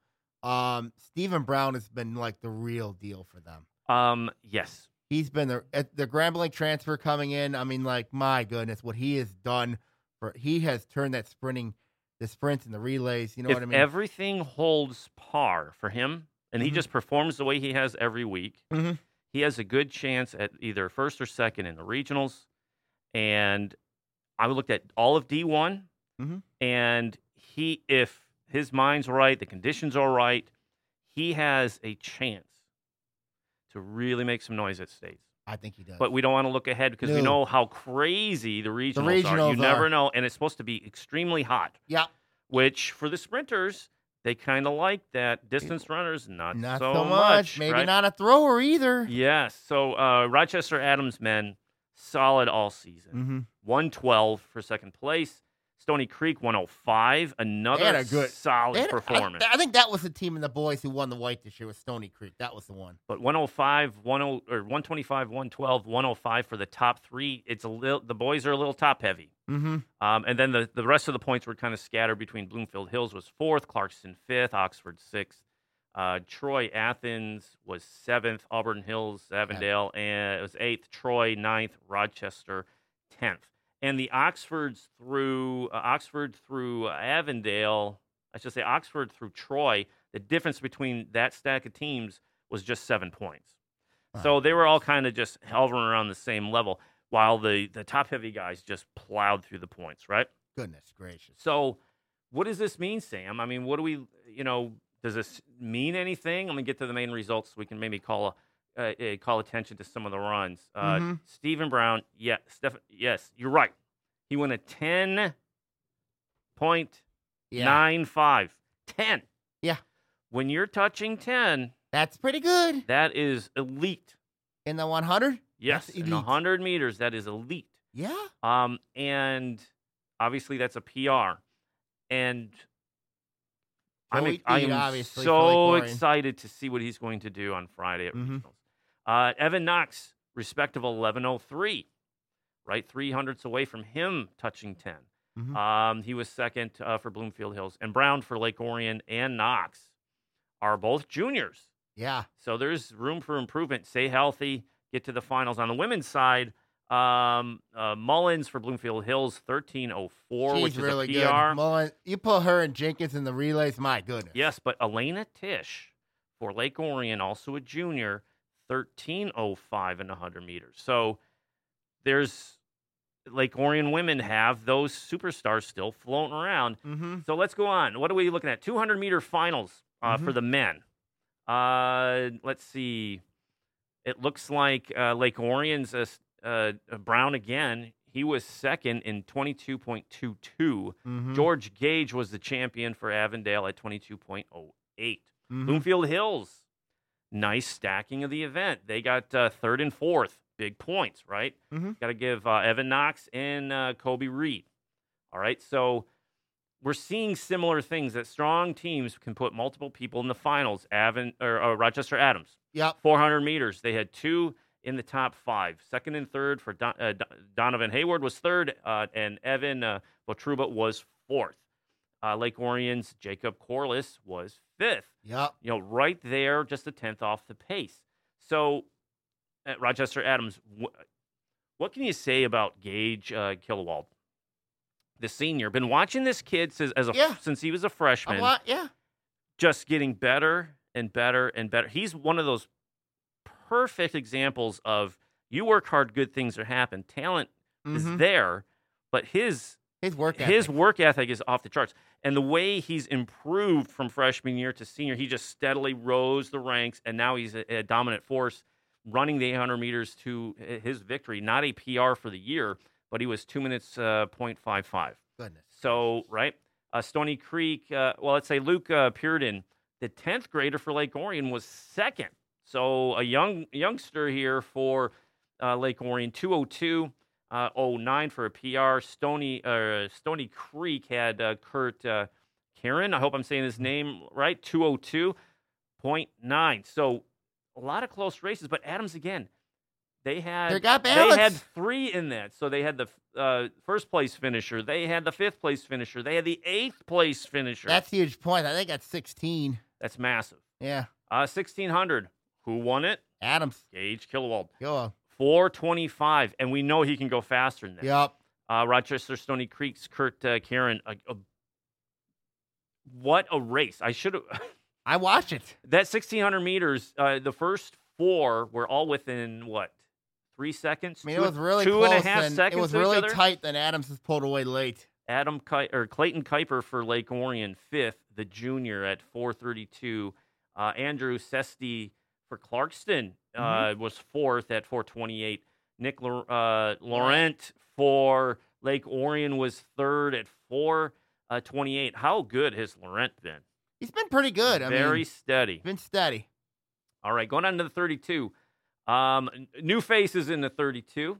[SPEAKER 2] Um, Stephen Brown has been like the real deal for them.
[SPEAKER 3] um, yes,
[SPEAKER 2] He's been the at the Grambling transfer coming in. I mean, like my goodness, what he has done for he has turned that sprinting, the sprints and the relays. You know
[SPEAKER 3] if
[SPEAKER 2] what I mean?
[SPEAKER 3] everything holds par for him and he
[SPEAKER 2] Mhm.
[SPEAKER 3] just performs the way he has every week,
[SPEAKER 2] Mhm.
[SPEAKER 3] he has a good chance at either first or second in the regionals. And I looked at all of D1,
[SPEAKER 2] Mhm.
[SPEAKER 3] and he, if his mind's right, the conditions are right, he has a chance to really make some noise at states.
[SPEAKER 2] I think he does.
[SPEAKER 3] But we don't want to look ahead because we
[SPEAKER 2] No.
[SPEAKER 3] know how crazy the regionals, are.
[SPEAKER 2] regionals
[SPEAKER 3] You never
[SPEAKER 2] are.
[SPEAKER 3] know, and it's supposed to be extremely hot
[SPEAKER 2] yeah,
[SPEAKER 3] which for the sprinters they kind of like that distance runners not,
[SPEAKER 2] not
[SPEAKER 3] so,
[SPEAKER 2] much. Maybe
[SPEAKER 3] right?
[SPEAKER 2] not a thrower either.
[SPEAKER 3] yes so uh, rochester adams men solid all season
[SPEAKER 2] Mm-hmm.
[SPEAKER 3] 112 for second place stony creek 105
[SPEAKER 2] had
[SPEAKER 3] another
[SPEAKER 2] a good-
[SPEAKER 3] solid
[SPEAKER 2] And I-
[SPEAKER 3] performance
[SPEAKER 2] I, think that was the team in the boys who won the white this year was Stony Creek. That was the one.
[SPEAKER 3] but 105 10 or 125 112 105 for the top three it's a little the boys are a little top heavy
[SPEAKER 2] Mm-hmm.
[SPEAKER 3] Um, and then the, the rest of the points were kind of scattered between Bloomfield Hills was fourth, Clarkston fifth, Oxford sixth, uh, Troy Athens was seventh, Auburn Hills Avondale and it was eighth, Troy ninth, Rochester tenth, and the Oxfords through uh, Oxford through Avondale, I should say Oxford through Troy. The difference between that stack of teams was just seven points. So they were all kind of just hovering around the same level, while the the top heavy guys just plowed through the points, right?
[SPEAKER 2] Goodness gracious.
[SPEAKER 3] So, what does this mean, Sam? I mean, what do we, you know, does this mean anything? I'm gonna get to the main results. So we can maybe call a, uh, uh, call attention to some of the runs. Uh,
[SPEAKER 2] Mhm.
[SPEAKER 3] Stephen Brown, yeah, Steph, yes, you're right. He won a 10 point
[SPEAKER 2] Yeah,
[SPEAKER 3] nine five. 10.
[SPEAKER 2] Yeah.
[SPEAKER 3] When you're touching 10,
[SPEAKER 2] that's pretty good
[SPEAKER 3] that is elite.
[SPEAKER 2] in the 100.
[SPEAKER 3] Yes,
[SPEAKER 2] That's
[SPEAKER 3] in
[SPEAKER 2] elite.
[SPEAKER 3] 100 meters, that is elite.
[SPEAKER 2] Yeah,
[SPEAKER 3] Um, and obviously that's a PR. And I'm,
[SPEAKER 2] Joey
[SPEAKER 3] I
[SPEAKER 2] Deed,
[SPEAKER 3] am
[SPEAKER 2] obviously, for Lake
[SPEAKER 3] so
[SPEAKER 2] Orion.
[SPEAKER 3] excited to see what he's going to do on Friday at
[SPEAKER 2] Mhm.
[SPEAKER 3] regionals. Uh, Evan Knox, respectable 1103, right? Three hundredths away from him touching 10.
[SPEAKER 2] Mhm.
[SPEAKER 3] Um, he was second uh, for Bloomfield Hills, and Brown for Lake Orion and Knox are both juniors.
[SPEAKER 2] yeah.
[SPEAKER 3] So there's room for improvement. Stay healthy, get to the finals. On the women's side, um, uh, Mullins for Bloomfield Hills, 1304,
[SPEAKER 2] She's
[SPEAKER 3] which is
[SPEAKER 2] really
[SPEAKER 3] a PR.
[SPEAKER 2] good. Mullen, you put her and Jenkins in the relays. My goodness.
[SPEAKER 3] Yes, but Elena Tish for Lake Orion, also a junior, 1305 in 100 meters. So there's Lake Orion women have those superstars still floating around.
[SPEAKER 2] Mm-hmm.
[SPEAKER 3] So let's go on. What are we looking at? 200 meter finals uh, for the men. Uh, let's see. It looks like uh, Lake Orion's uh, s- uh, Brown again. He was second in 22.22.
[SPEAKER 2] Mm-hmm.
[SPEAKER 3] George Gage was the champion for Avondale at 22.08.
[SPEAKER 2] Mm-hmm.
[SPEAKER 3] Bloomfield Hills, nice stacking of the event. They got uh, third and fourth, big points, right?
[SPEAKER 2] Mhm.
[SPEAKER 3] Got to give uh, Evan Knox and uh, Kobe Reed. All right, so we're seeing similar things that strong teams can put multiple people in the finals. Avon or uh, Rochester Adams,
[SPEAKER 2] Yep.
[SPEAKER 3] 400 meters, they had two in the top five. Second and third for Don, uh, Don- Donovan Hayward was third, uh, and Evan uh, Votruba was fourth. Uh, Lake Orion's Jacob Corliss was fifth
[SPEAKER 2] Yep.
[SPEAKER 3] you know, right there, just a tenth off the pace. So, uh, Rochester Adams, wh- what can you say about Gage uh, Kilowald, the senior? Been watching this kid since as a
[SPEAKER 2] Yeah.
[SPEAKER 3] since he was a
[SPEAKER 2] A
[SPEAKER 3] freshman,
[SPEAKER 2] lot. Yeah.
[SPEAKER 3] just getting better and better and better. He's one of those perfect examples of you work hard, good things are happen. Talent
[SPEAKER 2] Mhm.
[SPEAKER 3] is there, but his
[SPEAKER 2] His work.
[SPEAKER 3] Mm-hmm. his
[SPEAKER 2] ethic.
[SPEAKER 3] work ethic is off the charts. And the way he's improved from freshman year to senior, he just steadily rose the ranks, and now he's a, a dominant force running the 800 meters to hi- his victory. Not a PR for the year, but he was two minutes uh, 0.55.
[SPEAKER 2] goodness.
[SPEAKER 3] So, right? Uh, Stony Creek, uh, well, let's say Luke uh, Puritan, the 10th grader for Lake Orion, was second. So, a young youngster here for uh, Lake Orion, 202. Uh, 09 for a PR. Stony uh, Stony Creek had uh, Kurt uh, Karen. I hope I'm saying his
[SPEAKER 2] Mm-hmm.
[SPEAKER 3] name right. 202.9. So a lot of close races, but Adams again. They had
[SPEAKER 2] They got
[SPEAKER 3] they had
[SPEAKER 2] balance.
[SPEAKER 3] three in that. So they had the uh, first place finisher. They had the fifth place finisher. They had the eighth place finisher.
[SPEAKER 2] That's huge point. I think that's 16.
[SPEAKER 3] That's massive.
[SPEAKER 2] Yeah.
[SPEAKER 3] Uh, 1600. Who won it?
[SPEAKER 2] Adams.
[SPEAKER 3] Gage Kilowald.
[SPEAKER 2] Go on.
[SPEAKER 3] 425. And we know he can go faster than that.
[SPEAKER 2] Yep.
[SPEAKER 3] Uh, Rochester Stony Creek's Kurt uh, Karen. A, a, what a race! I should have.
[SPEAKER 2] I watched it.
[SPEAKER 3] that 1600 meters. Uh, the first four were all within what three seconds?
[SPEAKER 2] I mean, it
[SPEAKER 3] Two-
[SPEAKER 2] was really
[SPEAKER 3] two
[SPEAKER 2] close
[SPEAKER 3] and a half
[SPEAKER 2] and
[SPEAKER 3] seconds.
[SPEAKER 2] It was
[SPEAKER 3] to each
[SPEAKER 2] really
[SPEAKER 3] other?
[SPEAKER 2] tight. Then Adams was pulled away late.
[SPEAKER 3] Adam Ki- or Clayton Kuiper for Lake Orion, fifth, the junior at 432. Uh, Andrew Sesty for Clarkston uh,
[SPEAKER 2] Mm-hmm.
[SPEAKER 3] was fourth at 428. Nick Lor- uh, Laurent for Lake Orion was third at 428. How good has Laurent been?
[SPEAKER 2] He's been pretty good. I
[SPEAKER 3] Very
[SPEAKER 2] mean,
[SPEAKER 3] steady.
[SPEAKER 2] he's been steady.
[SPEAKER 3] All right, going on to the 32. Um, n- new faces in the 32.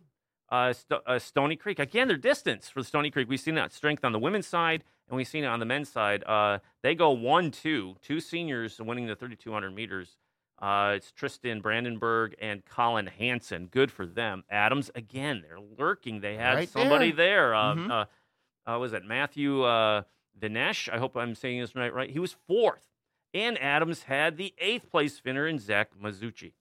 [SPEAKER 3] Uh, St- uh, Stony Creek again. Their distance for Stony Creek, we've seen that strength on the women's side, and we've seen it on the men's side. Uh, they go one-two. Two seniors winning the 3,200 meters. Uh, it's Tristan Brandenburg and Colin Hanson. Good for them. Adams again. They're lurking. They had
[SPEAKER 2] Right
[SPEAKER 3] somebody there. Uh,
[SPEAKER 2] Mhm.
[SPEAKER 3] uh, uh, was it Matthew uh, Vinesh? I hope I'm saying this right. Right. He was fourth and Adams had the eighth place winner in Zach Mazzucci.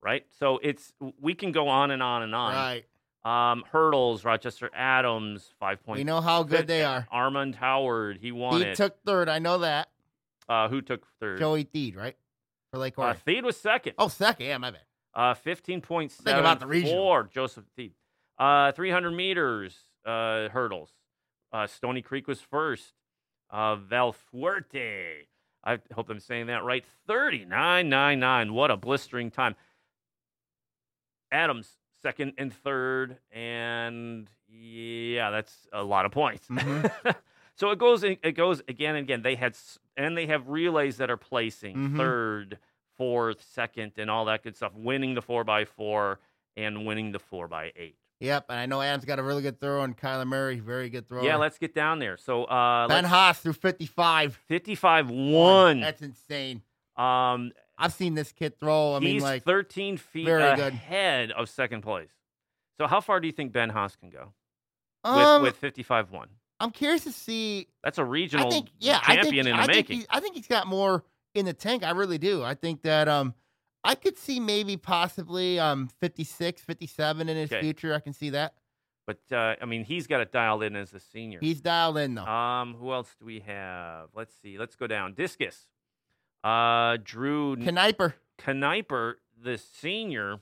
[SPEAKER 3] Right, so it's we can go on and on and on.
[SPEAKER 2] Right.
[SPEAKER 3] Um, hurdles, Rochester Adams, five point.
[SPEAKER 2] We know how good they are.
[SPEAKER 3] Armand Howard, he won
[SPEAKER 2] He
[SPEAKER 3] it.
[SPEAKER 2] took third. I know that.
[SPEAKER 3] uh, who took third?
[SPEAKER 2] Joey Deed, right? For Lake
[SPEAKER 3] uh,
[SPEAKER 2] Orion.
[SPEAKER 3] Theed was second.
[SPEAKER 2] oh, second. Yeah, my bad.
[SPEAKER 3] Uh, fifteen point
[SPEAKER 2] Thinking
[SPEAKER 3] seven
[SPEAKER 2] about the regional.
[SPEAKER 3] for Joseph Thied. Uh, three hundred meters uh, hurdles. Uh, Stony Creek was first. Uh, Valfuerte. I hope I'm saying that right. Thirty nine nine nine. What a blistering time. Adams second and third, and yeah, that's a lot of points.
[SPEAKER 2] Mhm.
[SPEAKER 3] so it goes. It goes again and again. They had s- and they have relays that are placing
[SPEAKER 2] Mhm.
[SPEAKER 3] third, fourth, second, and all that good stuff. Winning the four by four and winning the four by eight.
[SPEAKER 2] Yep. And I know Adams got a really good throw, and Kyler Murray, very good throw.
[SPEAKER 3] Yeah, let's get down there. So uh,
[SPEAKER 2] Ben
[SPEAKER 3] let's-
[SPEAKER 2] Haas through 55.
[SPEAKER 3] 55 1.
[SPEAKER 2] That's insane.
[SPEAKER 3] Um,
[SPEAKER 2] I've seen this kid throw. I mean,
[SPEAKER 3] he's
[SPEAKER 2] like,
[SPEAKER 3] 13 feet
[SPEAKER 2] very good.
[SPEAKER 3] ahead of second place. So, how far do you think Ben Haas can go
[SPEAKER 2] um,
[SPEAKER 3] with 55 1?
[SPEAKER 2] I'm curious to see
[SPEAKER 3] That's a regional
[SPEAKER 2] I think, yeah,
[SPEAKER 3] champion
[SPEAKER 2] I think,
[SPEAKER 3] in the
[SPEAKER 2] I Think
[SPEAKER 3] making.
[SPEAKER 2] he's- I think he's got more in the tank. I really do. I think that um, I could see maybe possibly um 56, 57 in his
[SPEAKER 3] Okay.
[SPEAKER 2] future. I can see that.
[SPEAKER 3] but, uh, I mean, he's got it dialed in as a senior.
[SPEAKER 2] He's dialed in though.
[SPEAKER 3] Um, who else do we have? Let's see. Let's go down. Discus. Uh, Drew
[SPEAKER 2] Kniper.
[SPEAKER 3] Kniper, the senior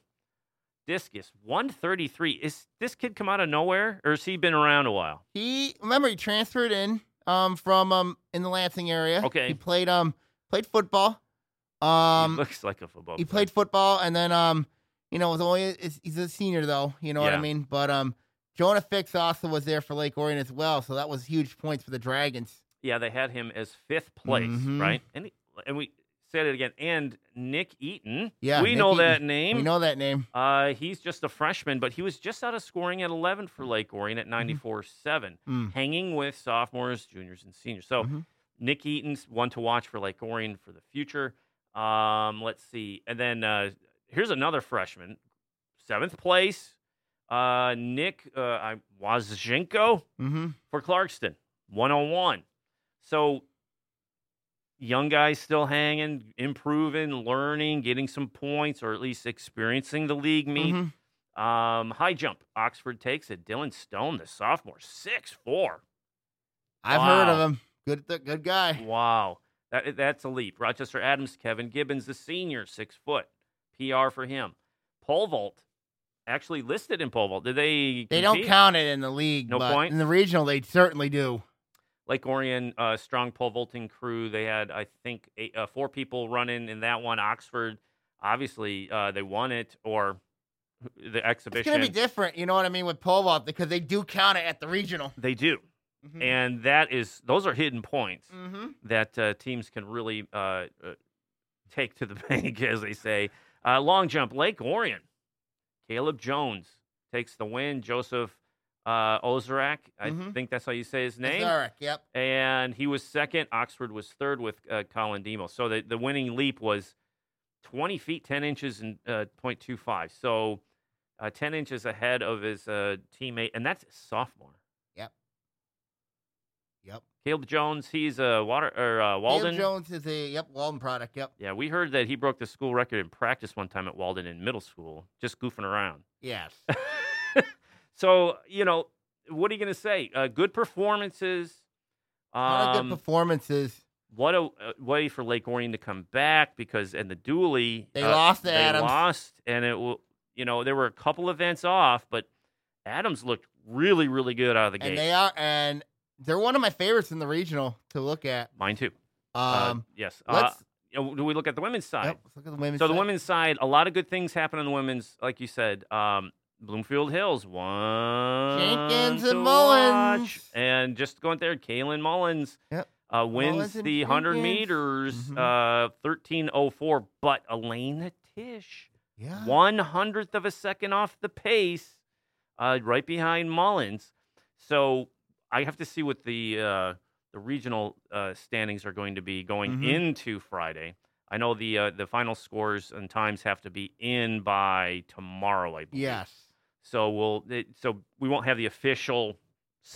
[SPEAKER 3] discus, 133. Is this kid come out of nowhere or has he been around a while?
[SPEAKER 2] He remember he transferred in um from um in the Lansing area.
[SPEAKER 3] Okay.
[SPEAKER 2] He played um played football.
[SPEAKER 3] He
[SPEAKER 2] Um
[SPEAKER 3] looks like a football
[SPEAKER 2] he
[SPEAKER 3] player.
[SPEAKER 2] played football and then um you know was only is- he's a senior though you know what
[SPEAKER 3] Yeah.
[SPEAKER 2] i mean but um jonah fix also was there for lake orion as well so that was huge points for the dragons
[SPEAKER 3] Yeah, they had him as fifth place,
[SPEAKER 2] Mhm.
[SPEAKER 3] right? And he, and we said it again. And Nick Eaton.
[SPEAKER 2] Yeah,
[SPEAKER 3] we
[SPEAKER 2] Nick
[SPEAKER 3] know that
[SPEAKER 2] Eaton.
[SPEAKER 3] name.
[SPEAKER 2] we know that name
[SPEAKER 3] Uh, he's just a freshman, but he was just out of scoring at 11 for Lake Orion at 94 7,
[SPEAKER 2] Mm.
[SPEAKER 3] hanging with sophomores, juniors, and seniors. So
[SPEAKER 2] Mhm.
[SPEAKER 3] Nick Eaton's one to watch for Lake Orion for the future. Um, let's see. And then uh, here's another freshman, seventh place. Uh, Nick uh, I- Wozzinko
[SPEAKER 2] Mm-hmm.
[SPEAKER 3] for Clarkston, 101. So young guys still hanging, improving, learning, getting some points, or at least experiencing the league meet.
[SPEAKER 2] Mhm.
[SPEAKER 3] Um, high jump. Oxford takes it. Dylan Stone, the sophomore, six four.
[SPEAKER 2] I've heard of him. Good, th- good guy.
[SPEAKER 3] Wow, that, that's a leap. Rochester Adams, Kevin Gibbons, the senior, six foot. PR for him. Pole vault, actually listed in pole vault. Did they?
[SPEAKER 2] They don't
[SPEAKER 3] compete?
[SPEAKER 2] count it in the league,
[SPEAKER 3] No
[SPEAKER 2] but
[SPEAKER 3] point?
[SPEAKER 2] in the regional they certainly do.
[SPEAKER 3] Lake Orion uh, strong pole vaulting crew. They had, I think, eight, uh, four people running in that one. Oxford, obviously, uh, they won it or the
[SPEAKER 2] It's
[SPEAKER 3] exhibition.
[SPEAKER 2] going to be different, you know what I mean, with pole vault because they do count it at the regional.
[SPEAKER 3] they do,
[SPEAKER 2] Mhm.
[SPEAKER 3] and that is those are hidden points
[SPEAKER 2] Mhm.
[SPEAKER 3] that uh, teams can really uh, uh, take to the bank, as they say. Uh, long jump, Lake Orion. Caleb Jones takes the win. Joseph uh, Ozerak, I
[SPEAKER 2] Mhm.
[SPEAKER 3] think that's how you say his name.
[SPEAKER 2] Zarek, yep.
[SPEAKER 3] and he was second. Oxford was third with uh, Colin Demo. So the, the winning leap was 20 feet, 10 inches, and uh, 0.25. So uh, 10 inches ahead of his uh, teammate, and that's his sophomore.
[SPEAKER 2] Yep.
[SPEAKER 3] Caleb Jones, he's a water or uh,
[SPEAKER 2] Caleb
[SPEAKER 3] Walden.
[SPEAKER 2] Jones is a yep Walden product. Yep.
[SPEAKER 3] Yeah, we heard that he broke the school record in practice one time at Walden in middle school, just goofing around.
[SPEAKER 2] Yes.
[SPEAKER 3] so you know, what are you going to say? Uh, good performances.
[SPEAKER 2] A lot of
[SPEAKER 3] Um,
[SPEAKER 2] good performances.
[SPEAKER 3] what a uh, way for Lake Orion to come back because and the Dooley
[SPEAKER 2] They lost to
[SPEAKER 3] they
[SPEAKER 2] Adams.
[SPEAKER 3] lost and it will you know there were a couple events off but Adams looked really really good out of the
[SPEAKER 2] And
[SPEAKER 3] gate.
[SPEAKER 2] they are and they're one of my favorites in the regional to look at.
[SPEAKER 3] Mine too. Uh,
[SPEAKER 2] Um
[SPEAKER 3] yes. Uh,
[SPEAKER 2] let's,
[SPEAKER 3] you know, do we look at the women's side?
[SPEAKER 2] yep, let's look at the women's
[SPEAKER 3] So the
[SPEAKER 2] side.
[SPEAKER 3] women's side, a lot of good things happen on the women's, like you said. Um, Bloomfield Hills, one
[SPEAKER 2] Jenkins
[SPEAKER 3] to
[SPEAKER 2] and
[SPEAKER 3] watch.
[SPEAKER 2] Mullins.
[SPEAKER 3] and just going there, Kalen Mullins
[SPEAKER 2] Yep.
[SPEAKER 3] uh, wins
[SPEAKER 2] Mullins and
[SPEAKER 3] the hundred
[SPEAKER 2] Jenkins.
[SPEAKER 3] meters,
[SPEAKER 2] Mhm.
[SPEAKER 3] uh, thirteen oh four. But Elena Tish,
[SPEAKER 2] yeah.
[SPEAKER 3] one hundredth of a second off the pace, uh, right behind Mullins. So I have to see what the uh, the regional uh, standings are going to be going
[SPEAKER 2] Mhm.
[SPEAKER 3] into Friday. I know the uh, the final scores and times have to be in by tomorrow. I believe.
[SPEAKER 2] Yes.
[SPEAKER 3] So we'll it, so we won't have the official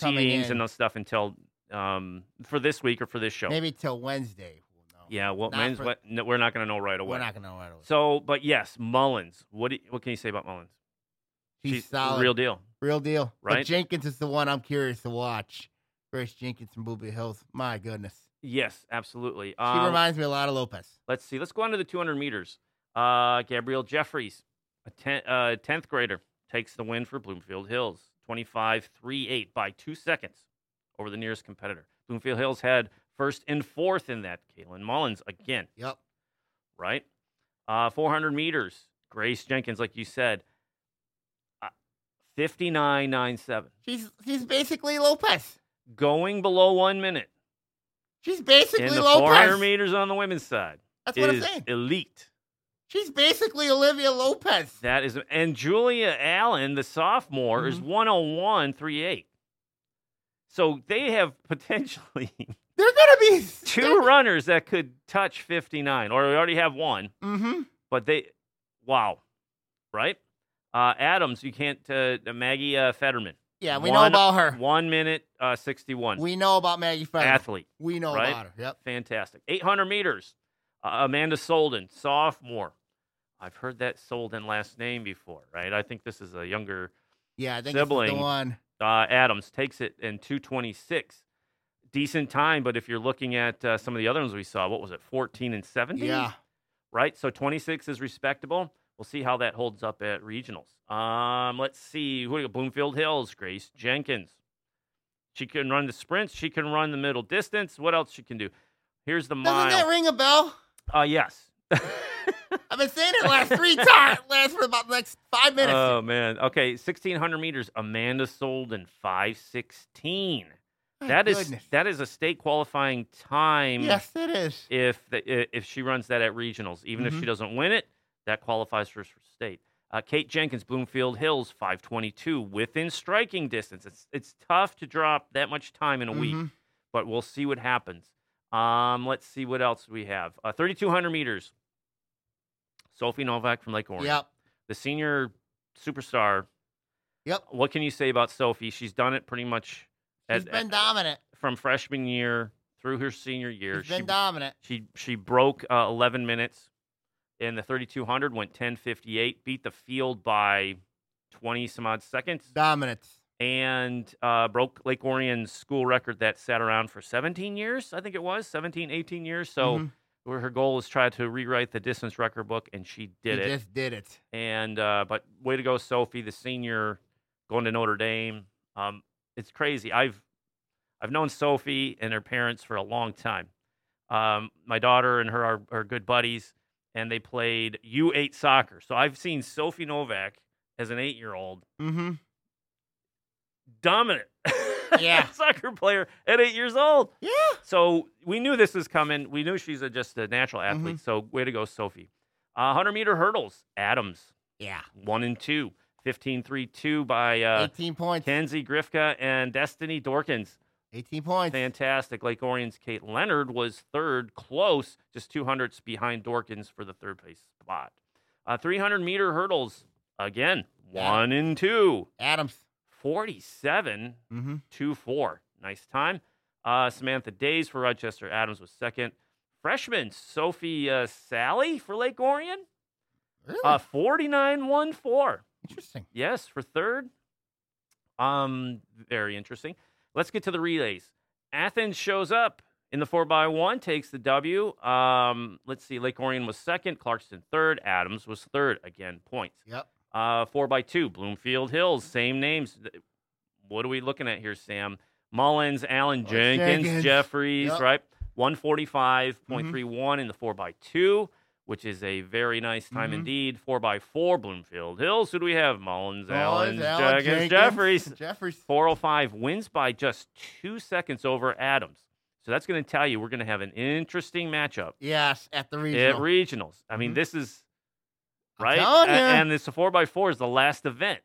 [SPEAKER 2] Coming
[SPEAKER 3] seedings
[SPEAKER 2] in.
[SPEAKER 3] and those stuff until um, for this week or for this show.
[SPEAKER 2] Maybe till Wednesday we'll know.
[SPEAKER 3] Yeah. Well,
[SPEAKER 2] Not
[SPEAKER 3] men's
[SPEAKER 2] for-
[SPEAKER 3] what- no, we're not going to know right away.
[SPEAKER 2] We're not gonna know right away.
[SPEAKER 3] So, but yes, Mullins. What do you- what can you say about Mullins?
[SPEAKER 2] she's, solid.
[SPEAKER 3] real deal.
[SPEAKER 2] Real deal.
[SPEAKER 3] Right?
[SPEAKER 2] But Jenkins is the one I'm curious to watch. Grace Jenkins from Booby Hills. My goodness.
[SPEAKER 3] Yes, absolutely.
[SPEAKER 2] She
[SPEAKER 3] Um,
[SPEAKER 2] reminds me a lot of Lopez.
[SPEAKER 3] let's see. Let's go on to the 200 meters. Uh, Gabrielle Jeffries, a 10th uh, 10th grader, takes the win for Bloomfield Hills, 25 3 8 by two seconds over the nearest competitor. Bloomfield Hills had first and fourth in that. Kaylin Mullins again,
[SPEAKER 2] Yep.
[SPEAKER 3] right? Uh, 400 meters. Grace Jenkins, like you said, uh, 59.97.
[SPEAKER 2] She's she's basically Lopez.
[SPEAKER 3] Going below one minute
[SPEAKER 2] She's basically
[SPEAKER 3] in the 400
[SPEAKER 2] Lopez.
[SPEAKER 3] meters on the women's side
[SPEAKER 2] That's what I'm
[SPEAKER 3] is
[SPEAKER 2] saying.
[SPEAKER 3] elite.
[SPEAKER 2] She's basically Olivia Lopez.
[SPEAKER 3] That is, and Julia Allen, the sophomore, is
[SPEAKER 2] Mhm.
[SPEAKER 3] 101 38. So they have potentially
[SPEAKER 2] They're gonna be
[SPEAKER 3] two runners that could touch 59, or we already have one,
[SPEAKER 2] Mm-hmm.
[SPEAKER 3] but they, wow, right? Uh, Adams, you can't, uh, Maggie uh, Fetterman,
[SPEAKER 2] Yeah, we
[SPEAKER 3] One-
[SPEAKER 2] know about her.
[SPEAKER 3] one minute uh, 61,
[SPEAKER 2] We know about Maggie Fenner.
[SPEAKER 3] athlete,
[SPEAKER 2] We know
[SPEAKER 3] right?
[SPEAKER 2] about her. Yep.
[SPEAKER 3] fantastic. 800 meters, uh, Amanda Solden, sophomore. I've heard that Solden last name before, right? I think this is a younger.
[SPEAKER 2] Yeah, I think this is
[SPEAKER 3] Sibling.
[SPEAKER 2] the one.
[SPEAKER 3] Uh, Adams takes it in 226. Decent time, but if you're looking at uh, some of the other ones we saw, what was it, 14 and 17?
[SPEAKER 2] Yeah.
[SPEAKER 3] Right? So 26 is respectable. We'll see how that holds up at regionals. Um, let's see. Who do we got? Bloomfield Hills, Grace Jenkins. She can run the sprints. She can run the middle distance. What else she can do? Here's the
[SPEAKER 2] Doesn't
[SPEAKER 3] mile.
[SPEAKER 2] that ring a bell?
[SPEAKER 3] uh, yes.
[SPEAKER 2] I've been saying it last three times. Last for about the next five minutes.
[SPEAKER 3] Oh man. Okay, 1600 meters. Amanda Solden, 516.
[SPEAKER 2] My
[SPEAKER 3] That is
[SPEAKER 2] goodness.
[SPEAKER 3] that is a state qualifying time.
[SPEAKER 2] Yes, it is.
[SPEAKER 3] If the, i- if she runs that at regionals, even
[SPEAKER 2] Mm-hmm.
[SPEAKER 3] if she doesn't win it, that qualifies her for state. Uh, Kate Jenkins, Bloomfield Hills, 522 within striking distance. It's it's tough to drop that much time in a week,
[SPEAKER 2] Mhm.
[SPEAKER 3] but we'll see what happens. Um, let's see what else we have. Uh, 3200 meters. Sophie Novak from Lake Orange.
[SPEAKER 2] Yep.
[SPEAKER 3] The senior superstar.
[SPEAKER 2] Yep.
[SPEAKER 3] What can you say about Sophie? She's done it pretty much at,
[SPEAKER 2] He's been
[SPEAKER 3] at-
[SPEAKER 2] dominant.
[SPEAKER 3] from freshman year through her senior year.
[SPEAKER 2] He's been
[SPEAKER 3] She-
[SPEAKER 2] dominant.
[SPEAKER 3] She she broke uh, 11 minutes in the 3200, went 10:58, beat the field by 20 some odd seconds,
[SPEAKER 2] Dominant.
[SPEAKER 3] and uh, broke Lake Orion's school record that sat around for 17 years. I think it was 17, 18 years. So
[SPEAKER 2] Mhm.
[SPEAKER 3] where her goal is try to rewrite the distance record book, and she did
[SPEAKER 2] he
[SPEAKER 3] it.
[SPEAKER 2] just did it.
[SPEAKER 3] And uh, but way to go, Sophie, the senior, going to Notre Dame. Um, it's crazy. I've I've known Sophie and her parents for a long time. Um, my daughter and her are, are good buddies, and they played U8 soccer. So I've seen Sophie Novak as an eight year old,
[SPEAKER 2] Mm-hmm.
[SPEAKER 3] dominant
[SPEAKER 2] Yeah.
[SPEAKER 3] soccer player at eight years old.
[SPEAKER 2] Yeah.
[SPEAKER 3] So we knew this was coming. We knew she's a, just a natural athlete.
[SPEAKER 2] Mm-hmm.
[SPEAKER 3] So way to go, Sophie. Uh, 100 meter hurdles, Adams,
[SPEAKER 2] Yeah.
[SPEAKER 3] one and two, 15 3 2 by uh,
[SPEAKER 2] 18 points.
[SPEAKER 3] Kenzie Grifka and Destiny Dorkins.
[SPEAKER 2] 18 points.
[SPEAKER 3] Fantastic. Lake Orion's Kate Leonard was third, close, just two hundredths behind Dorkins for the third place spot. Uh, 300 meter hurdles, again,
[SPEAKER 2] Yeah.
[SPEAKER 3] one and two,
[SPEAKER 2] Adams.
[SPEAKER 3] 47
[SPEAKER 2] Mm-hmm.
[SPEAKER 3] two four. Nice time. Uh, Samantha Days for Rochester Adams was second. Freshman Sophie uh, Sally for Lake Orion,
[SPEAKER 2] Really?
[SPEAKER 3] uh, 49 1 4.
[SPEAKER 2] Interesting.
[SPEAKER 3] Yes, for third. Um, very interesting. Let's get to the relays. Athens shows up in the four by one, takes the W. Um, let's see. Lake Orion was second, Clarkston third, Adams was third. Again, points.
[SPEAKER 2] Yep.
[SPEAKER 3] Uh, four by two, Bloomfield Hills, same names. Th- What are we looking at here, Sam? Mullins, Allen,
[SPEAKER 2] Oh,
[SPEAKER 3] Jenkins,
[SPEAKER 2] Jenkins.
[SPEAKER 3] Jeffries,
[SPEAKER 2] Yep. Mm-hmm.
[SPEAKER 3] right? 145.31 in the four by two, which is a very nice time
[SPEAKER 2] Mhm.
[SPEAKER 3] indeed. Four by four, Bloomfield Hills. Who do we have? Mullins, Allen,
[SPEAKER 2] Mullins, Allen,
[SPEAKER 3] Jenkins, Jeffries.
[SPEAKER 2] Jeffries.
[SPEAKER 3] 405 wins by just two seconds over Adams. So that's going to tell you we're going to have an interesting matchup
[SPEAKER 2] Yes, at the
[SPEAKER 3] at
[SPEAKER 2] regional.
[SPEAKER 3] regionals. I mean,
[SPEAKER 2] Mhm.
[SPEAKER 3] this is
[SPEAKER 2] I'm
[SPEAKER 3] right,
[SPEAKER 2] telling
[SPEAKER 3] A-
[SPEAKER 2] ya.
[SPEAKER 3] and this four by four is the last event.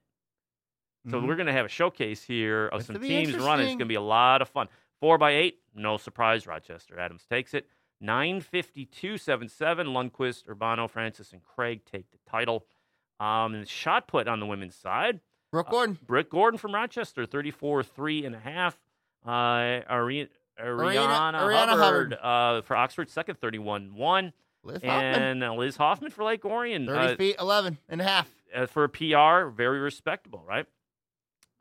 [SPEAKER 3] So
[SPEAKER 2] Mhm.
[SPEAKER 3] we're going to have a showcase here of
[SPEAKER 2] This
[SPEAKER 3] some
[SPEAKER 2] will be
[SPEAKER 3] teams running. It's
[SPEAKER 2] interesting.
[SPEAKER 3] going to be a lot of fun. Four by eight, no surprise. Rochester Adams takes it. 952 77. Lundquist, Urbano, Francis, and Craig take the title. Um, and the shot put on the women's side.
[SPEAKER 2] Brooke Gordon.
[SPEAKER 3] Britt Gordon from Rochester, 34 3 and a half. Uh, Ari- Ariana,
[SPEAKER 2] Ariana
[SPEAKER 3] Hubbard, Uh, for Oxford, second, 31 1.
[SPEAKER 2] Liz Hoffman.
[SPEAKER 3] And uh, Liz Hoffman for Lake Orion.
[SPEAKER 2] 30
[SPEAKER 3] uh,
[SPEAKER 2] feet, 11 and a half.
[SPEAKER 3] uh, for a PR, very respectable, right?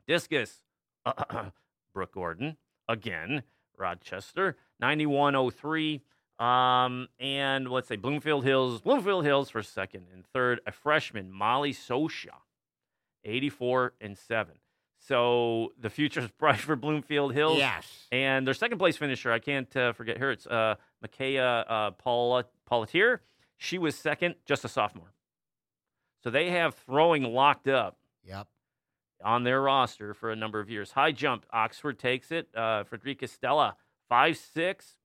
[SPEAKER 3] Discus, Brooke Gordon, again, Rochester, 9103. Um, and let's say Bloomfield Hills, Bloomfield Hills for second and third, a freshman, Molly Sosha, 84 and 7. So the future's bright for Bloomfield Hills.
[SPEAKER 2] Yes.
[SPEAKER 3] And their second place finisher, I can't uh, forget her. It's uh, Makaya uh, Paula Paulatier. She was second, just a sophomore. So they have throwing locked up
[SPEAKER 2] Yep.
[SPEAKER 3] on their roster for a number of years. High jump, Oxford takes it. Uh, Frederica Stella, five six.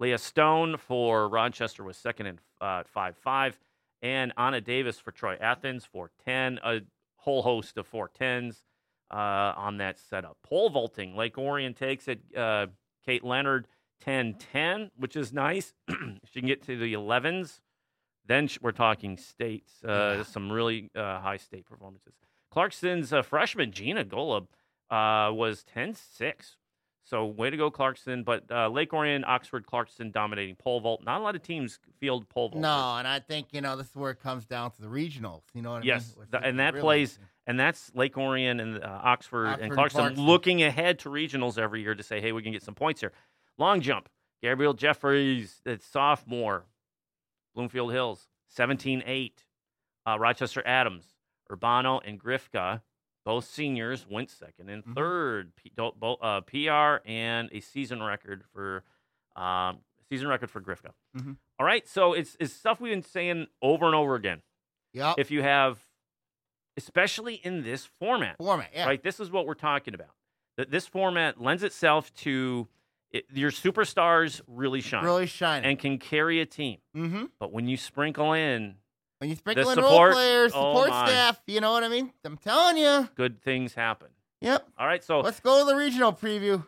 [SPEAKER 3] Leah Stone for Rochester was second and uh, five five, and Anna Davis for Troy Athens four ten. A whole host of four tens uh, on that setup. Pole vaulting, Lake Orion takes it. Uh, Kate Leonard 10 10, which is nice. she can get to the 11s. Then sh- we're talking states, uh,
[SPEAKER 2] Yeah.
[SPEAKER 3] some really uh, high state performances. Clarkson's uh, freshman, Gina Golub, uh, was 10 6. So way to go, Clarkson. But uh, Lake Orion, Oxford, Clarkson dominating pole vault. Not a lot of teams field pole vault.
[SPEAKER 2] No, and I think, you know, this is where it comes down to the regionals. You know what I mean?
[SPEAKER 3] Yes,
[SPEAKER 2] Which
[SPEAKER 3] the-
[SPEAKER 2] is
[SPEAKER 3] and that
[SPEAKER 2] really
[SPEAKER 3] plays-
[SPEAKER 2] interesting.
[SPEAKER 3] And that's Lake Orion and uh, Oxford,
[SPEAKER 2] Oxford
[SPEAKER 3] and
[SPEAKER 2] and
[SPEAKER 3] Clarkson,
[SPEAKER 2] Clarkson.
[SPEAKER 3] looking ahead to regionals every year to say, hey, we can get some points here. Long jump, Gabriel Jeffries, that's sophomore, Bloomfield Hills, 17 8. Uh, Rochester Adams, Urbano, and Grifka, both seniors, went second and
[SPEAKER 2] Mhm.
[SPEAKER 3] third. P- do- bo- uh, PR and a season record for um, season record for Grifka.
[SPEAKER 2] Mhm.
[SPEAKER 3] All right, so it's, it's stuff we've been saying over and over again
[SPEAKER 2] Yep.
[SPEAKER 3] if you have, especially in this format,
[SPEAKER 2] Format. Yeah.
[SPEAKER 3] right? This is what we're talking about. That this format lends itself to it, your superstars really shine
[SPEAKER 2] Really shining.
[SPEAKER 3] and can carry a team.
[SPEAKER 2] mm-hmm.
[SPEAKER 3] But when you sprinkle in,
[SPEAKER 2] When you sprinkle in
[SPEAKER 3] support-
[SPEAKER 2] role players,
[SPEAKER 3] oh
[SPEAKER 2] support
[SPEAKER 3] my.
[SPEAKER 2] staff, you know what I mean? I'm telling you.
[SPEAKER 3] good things happen.
[SPEAKER 2] Yep.
[SPEAKER 3] All right, so
[SPEAKER 2] Let's go to the regional preview.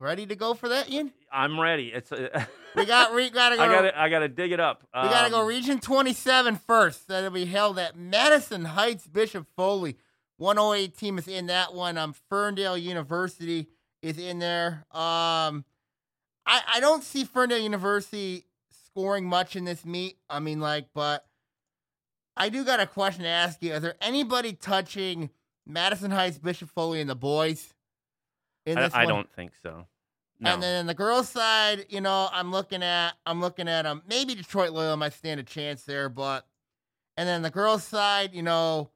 [SPEAKER 2] Ready to go for that, Ian?
[SPEAKER 3] I'm ready. It's uh,
[SPEAKER 2] We got we gotta go.
[SPEAKER 3] I got to I got to dig it up.
[SPEAKER 2] we gotta go
[SPEAKER 3] Um,
[SPEAKER 2] Region 27 first. That'll be held at Madison Heights Bishop Foley. One 108 team is in that one. Um, Ferndale University is in there. Um, I, I don't see Ferndale University scoring much in this meet. I mean, like, but I do got a question to ask you. Is there anybody touching Madison Heights, Bishop Foley, and the boys? In
[SPEAKER 3] I,
[SPEAKER 2] this
[SPEAKER 3] I
[SPEAKER 2] one?
[SPEAKER 3] don't think so. No.
[SPEAKER 2] And then on the girls' side, you know, I'm looking at I'm looking at um maybe Detroit Loyola might stand a chance there, but and then the girls' side, you know,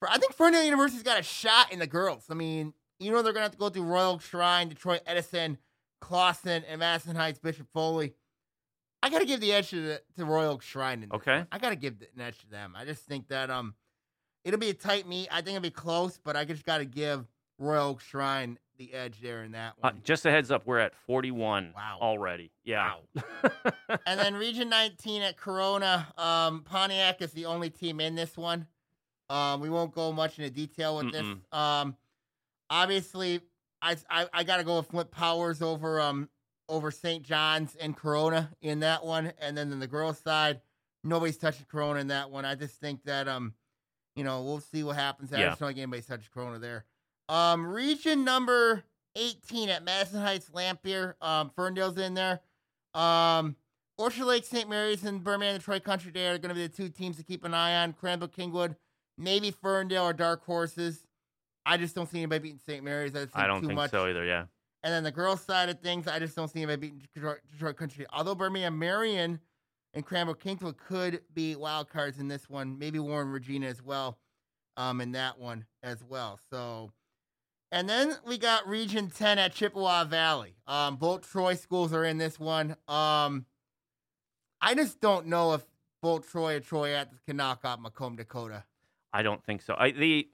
[SPEAKER 2] for, I think Ferndale University's got a shot in the girls. I mean, you know, they're gonna have to go through Royal Oak Shrine, Detroit Edison, Clawson, and Madison Heights Bishop Foley. I gotta give the edge to, the, to Royal Oak Shrine. In this
[SPEAKER 3] Okay.
[SPEAKER 2] one. I gotta give the an edge to them. I just think that um it'll be a tight meet. I think it'll be close, but I just gotta give Royal Oak Shrine the edge there in that
[SPEAKER 3] Uh,
[SPEAKER 2] one.
[SPEAKER 3] just a heads up, we're at 41
[SPEAKER 2] Wow.
[SPEAKER 3] already. Yeah.
[SPEAKER 2] and then Region 19 at Corona. Um, Pontiac is the only team in this one. Um, we won't go much into detail with this. Um, obviously, I, I I gotta go with Flint Powers over um over St. John's and Corona in that one. And then on the girls' side, nobody's touching Corona in that one. I just think that um, you know, we'll see what happens. I
[SPEAKER 3] Yeah.
[SPEAKER 2] just don't think anybody's touching Corona there. Um, region number 18 at Madison Heights, Lampier. Um, Ferndale's in there. Um, Orchard Lake, St. Mary's, and Birmingham, Detroit Country Day are going to be the two teams to keep an eye on. Cranbrook, Kingwood, maybe Ferndale or Dark Horses. I just don't see anybody beating St. Mary's. I, just think
[SPEAKER 3] I don't
[SPEAKER 2] too
[SPEAKER 3] think
[SPEAKER 2] much.
[SPEAKER 3] so either. Yeah.
[SPEAKER 2] And then the girls' side of things, I just don't see anybody beating Detroit, Detroit Country. Although Birmingham Marion and Cranbrook Kingwood could be wild cards in this one, maybe Warren Regina as well, um, in that one as well. So, and then we got Region Ten at Chippewa Valley. Um, both Troy schools are in this one. Um, I just don't know if both Troy or Troy at can knock out Macomb Dakota.
[SPEAKER 3] I don't think so. I the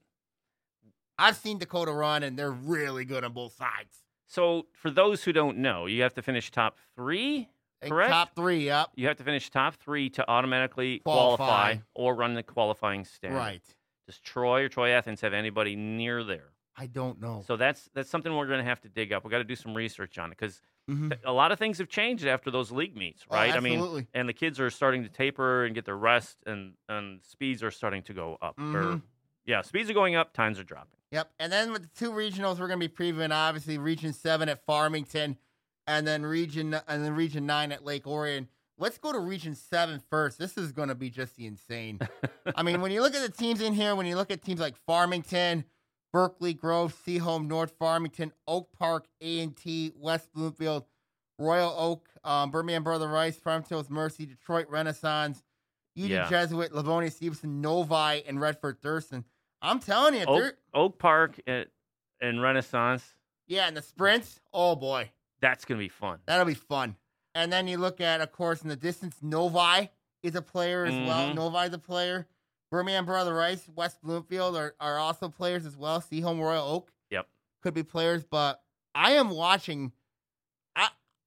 [SPEAKER 2] I've seen Dakota run, and they're really good on both sides.
[SPEAKER 3] so for those who don't know, you have to finish top 3.
[SPEAKER 2] Like,
[SPEAKER 3] Correct.
[SPEAKER 2] Top three, yep.
[SPEAKER 3] You have to finish top 3 to automatically
[SPEAKER 2] Qualify.
[SPEAKER 3] qualify, or run the qualifying standard.
[SPEAKER 2] Right.
[SPEAKER 3] Does Troy or Troy Athens have anybody near there?
[SPEAKER 2] I don't know.
[SPEAKER 3] So that's that's something we're going to have to dig up. We got to do some research on it cuz
[SPEAKER 2] Mhm.
[SPEAKER 3] a lot of things have changed after those league meets,
[SPEAKER 2] Oh,
[SPEAKER 3] right? I mean,
[SPEAKER 2] absolutely.
[SPEAKER 3] and the kids are starting to taper and get their rest and and speeds are starting to go up
[SPEAKER 2] Mhm.
[SPEAKER 3] or yeah speeds are going up times are dropping
[SPEAKER 2] Yep. And then with the two regionals, we're going to be previewing obviously Region Seven at Farmington, and then Region and then Region Nine at Lake Orion. Let's go to Region Seven first. This is going to be just the insane. I mean, when you look at the teams in here, when you look at teams like Farmington, Berkeley Grove, Seaholm, North Farmington, Oak Park, A and T, West Bloomfield, Royal Oak, um, Birmingham Brother Rice, Farmington Hills Mercy, Detroit Renaissance, Union
[SPEAKER 3] Yeah.
[SPEAKER 2] Jesuit, Livonia Stevenson, Novi, and Redford Thurston. I'm telling you, if
[SPEAKER 3] oak,
[SPEAKER 2] they're-
[SPEAKER 3] oak park and, and renaissance
[SPEAKER 2] yeah, and the sprints. Oh boy,
[SPEAKER 3] that's going to be fun
[SPEAKER 2] that'll be fun. And then you look at, of course, in the distance, Novi is a player as well.
[SPEAKER 3] Mhm.
[SPEAKER 2] Novi is a player. Birmingham Brother Rice, West Bloomfield are, are also players as well. Seaholm Royal Oak.
[SPEAKER 3] Yep.
[SPEAKER 2] Could be players, but I am watching.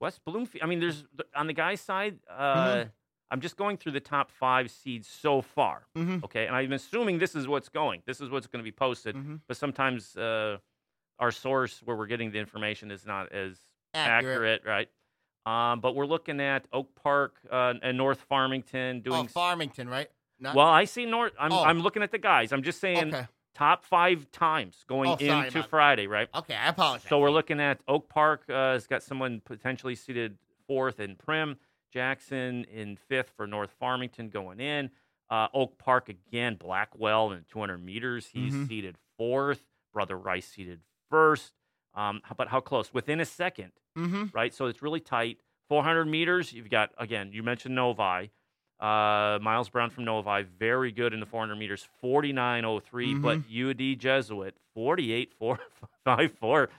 [SPEAKER 3] west bloomfield i mean there's on the guys side uh,
[SPEAKER 2] Mhm.
[SPEAKER 3] i'm just going through the top five seeds so far
[SPEAKER 2] Mm-hmm,
[SPEAKER 3] okay and i'm assuming this is what's going this is what's going to be posted
[SPEAKER 2] mm-hmm,
[SPEAKER 3] but sometimes uh, our source where we're getting the information is not as accurate, right? Um, but we're looking at Oak Park uh, and North Farmington doing.
[SPEAKER 2] Oh, Farmington, right? Not,
[SPEAKER 3] well, I see North. I'm,
[SPEAKER 2] Oh.
[SPEAKER 3] I'm looking at the guys. I'm just saying
[SPEAKER 2] okay.
[SPEAKER 3] top five times going
[SPEAKER 2] Oh, sorry about
[SPEAKER 3] into
[SPEAKER 2] that.
[SPEAKER 3] Friday, right?
[SPEAKER 2] Okay, I apologize.
[SPEAKER 3] So we're looking at Oak Park uh, has got someone potentially seated fourth in Prim, Jackson in fifth for North Farmington going in. Uh, Oak Park again, Blackwell in 200 meters, he's
[SPEAKER 2] Mhm.
[SPEAKER 3] seated fourth. Brother Rice seated first. Um, how- but how close? Within a second
[SPEAKER 2] Mm-hmm.
[SPEAKER 3] right? So it's really tight. 400 meters, you've got, again, you mentioned Novi. Uh, Miles Brown from Novi, very good in the 400 meters, 49.03, but UD Jesuit, 48.454 for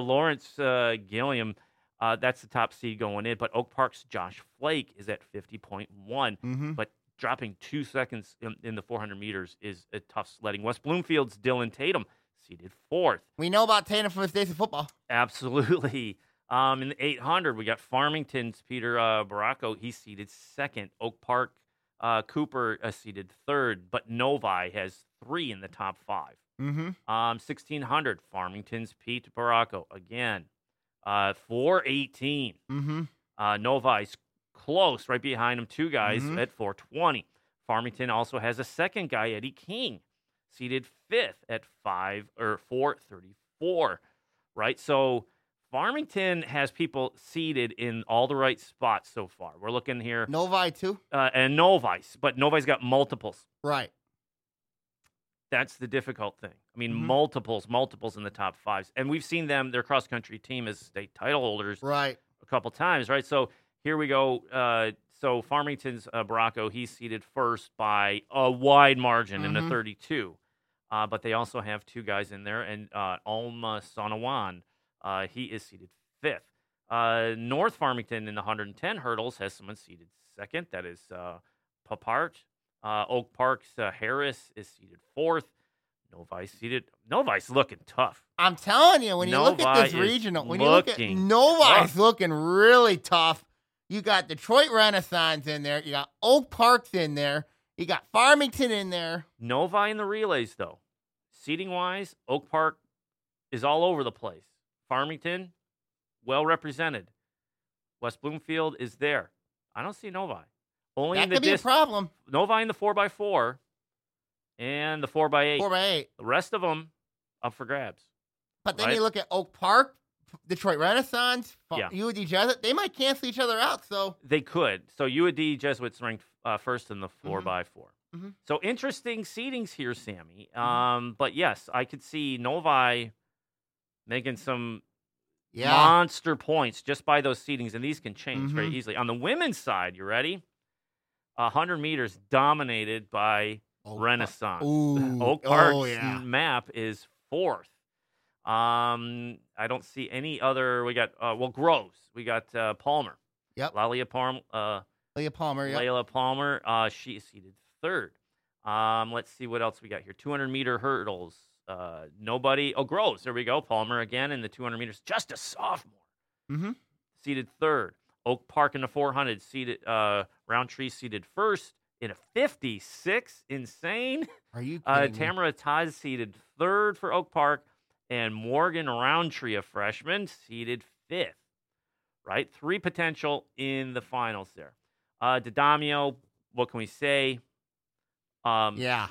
[SPEAKER 3] Lawrence uh, Gilliam. Uh, that's the top seed going in, but Oak Park's Josh Flake is at 50.1
[SPEAKER 2] Mm-hmm.
[SPEAKER 3] dropping two seconds in, in the 400 meters is a tough sledding. West Bloomfield's Dylan Tatum seated fourth.
[SPEAKER 2] We know about Tatum from the States of football.
[SPEAKER 3] Absolutely. Um, in the 800, we got Farmington's Peter uh, Baracco. He's seated second. Oak Park uh, Cooper uh, seated third, but Novi has three in the top five.
[SPEAKER 2] Mm-hmm.
[SPEAKER 3] Um, 1600, Farmington's Pete Baracco again. Uh, 418,
[SPEAKER 2] Mm-hmm.
[SPEAKER 3] uh, Novi's close, right behind him, two guys
[SPEAKER 2] Mhm.
[SPEAKER 3] at 420. Farmington also has a second guy, Eddie King, seated fifth at five or four thirty-four. Right, so Farmington has people seated in all the right spots so far. We're looking here
[SPEAKER 2] Novi too.
[SPEAKER 3] uh, and Novice, but Novice got multiples.
[SPEAKER 2] Right.
[SPEAKER 3] That's the difficult thing. I mean,
[SPEAKER 2] Mhm.
[SPEAKER 3] multiples, multiples in the top fives, and we've seen them. Their cross country team is state title holders
[SPEAKER 2] Right.
[SPEAKER 3] a couple times, right? So here we go. Uh, so Farmington's uh, Baracco, he's seated first by a wide margin in
[SPEAKER 2] Mhm.
[SPEAKER 3] the 32. Uh, but they also have two guys in there, and uh, Alma Sanawan, uh, he is seated fifth. Uh, North Farmington in the 110 hurdles has someone seated second. That is uh, Papart. Uh, Oak Park's uh, Harris is seated fourth. Novice seated. Novice looking tough.
[SPEAKER 2] I'm telling you, when you look at this
[SPEAKER 3] Novi is
[SPEAKER 2] regional, when you look at
[SPEAKER 3] looking
[SPEAKER 2] Novi's
[SPEAKER 3] tough.
[SPEAKER 2] looking really tough. You got Detroit Renaissance in there. You got Oak Parks in there. You got Farmington in there.
[SPEAKER 3] Novi in the relays, though. Seating wise, Oak Park is all over the place. Farmington, well represented. West Bloomfield is there. I don't see Novi. Only
[SPEAKER 2] That
[SPEAKER 3] in the
[SPEAKER 2] could be a
[SPEAKER 3] dis-
[SPEAKER 2] problem.
[SPEAKER 3] Novi in the 4x4 and the 4x8.
[SPEAKER 2] Four by eight.
[SPEAKER 3] The rest of them up for grabs.
[SPEAKER 2] But then
[SPEAKER 3] Right.
[SPEAKER 2] you look at Oak Park, Detroit Renaissance, Fa-
[SPEAKER 3] Yeah.
[SPEAKER 2] UD Jesuit. They might cancel each other out. So
[SPEAKER 3] They could. So UAD Jesuits ranked uh, first in the four
[SPEAKER 2] Mhm.
[SPEAKER 3] by 4
[SPEAKER 2] Mhm.
[SPEAKER 3] So interesting seedings here, Sammy.
[SPEAKER 2] Mhm.
[SPEAKER 3] Um, But yes, I could see Novi making some
[SPEAKER 2] yeah,
[SPEAKER 3] monster points just by those seedings, and these can change very
[SPEAKER 2] Mhm.
[SPEAKER 3] easily. On the women's side, you ready? 100 meters dominated by
[SPEAKER 2] Oak Park.
[SPEAKER 3] Renaissance.
[SPEAKER 2] Oh, uh, Ooh.
[SPEAKER 3] Oak Hmm. Park's
[SPEAKER 2] oh, yeah.
[SPEAKER 3] map is fourth. Um, I don't see any other. We got uh, well, Groves. We got uh, Palmer.
[SPEAKER 2] Yep.
[SPEAKER 3] Lalia Palmer. Uh,
[SPEAKER 2] Leah Palmer. Yep.
[SPEAKER 3] Layla Palmer. Uh, she is seated third. Um, let's see what else we got here. 200 meter hurdles. Uh, nobody. Oh, Groves. There we go. Palmer again in the 200 meters. Just a sophomore.
[SPEAKER 2] Mhm.
[SPEAKER 3] Seated third. Oak Park in the 400. Seated. Uh, Roundtree seated first in a 56. Insane.
[SPEAKER 2] Are you
[SPEAKER 3] Uh,
[SPEAKER 2] kidding me?
[SPEAKER 3] Tamara Todd seated third for Oak Park, and Morgan Roundtree, a freshman, seated fifth. Right, three potential in the finals there. Uh, Didamio, what can we say? Um,
[SPEAKER 2] Yeah.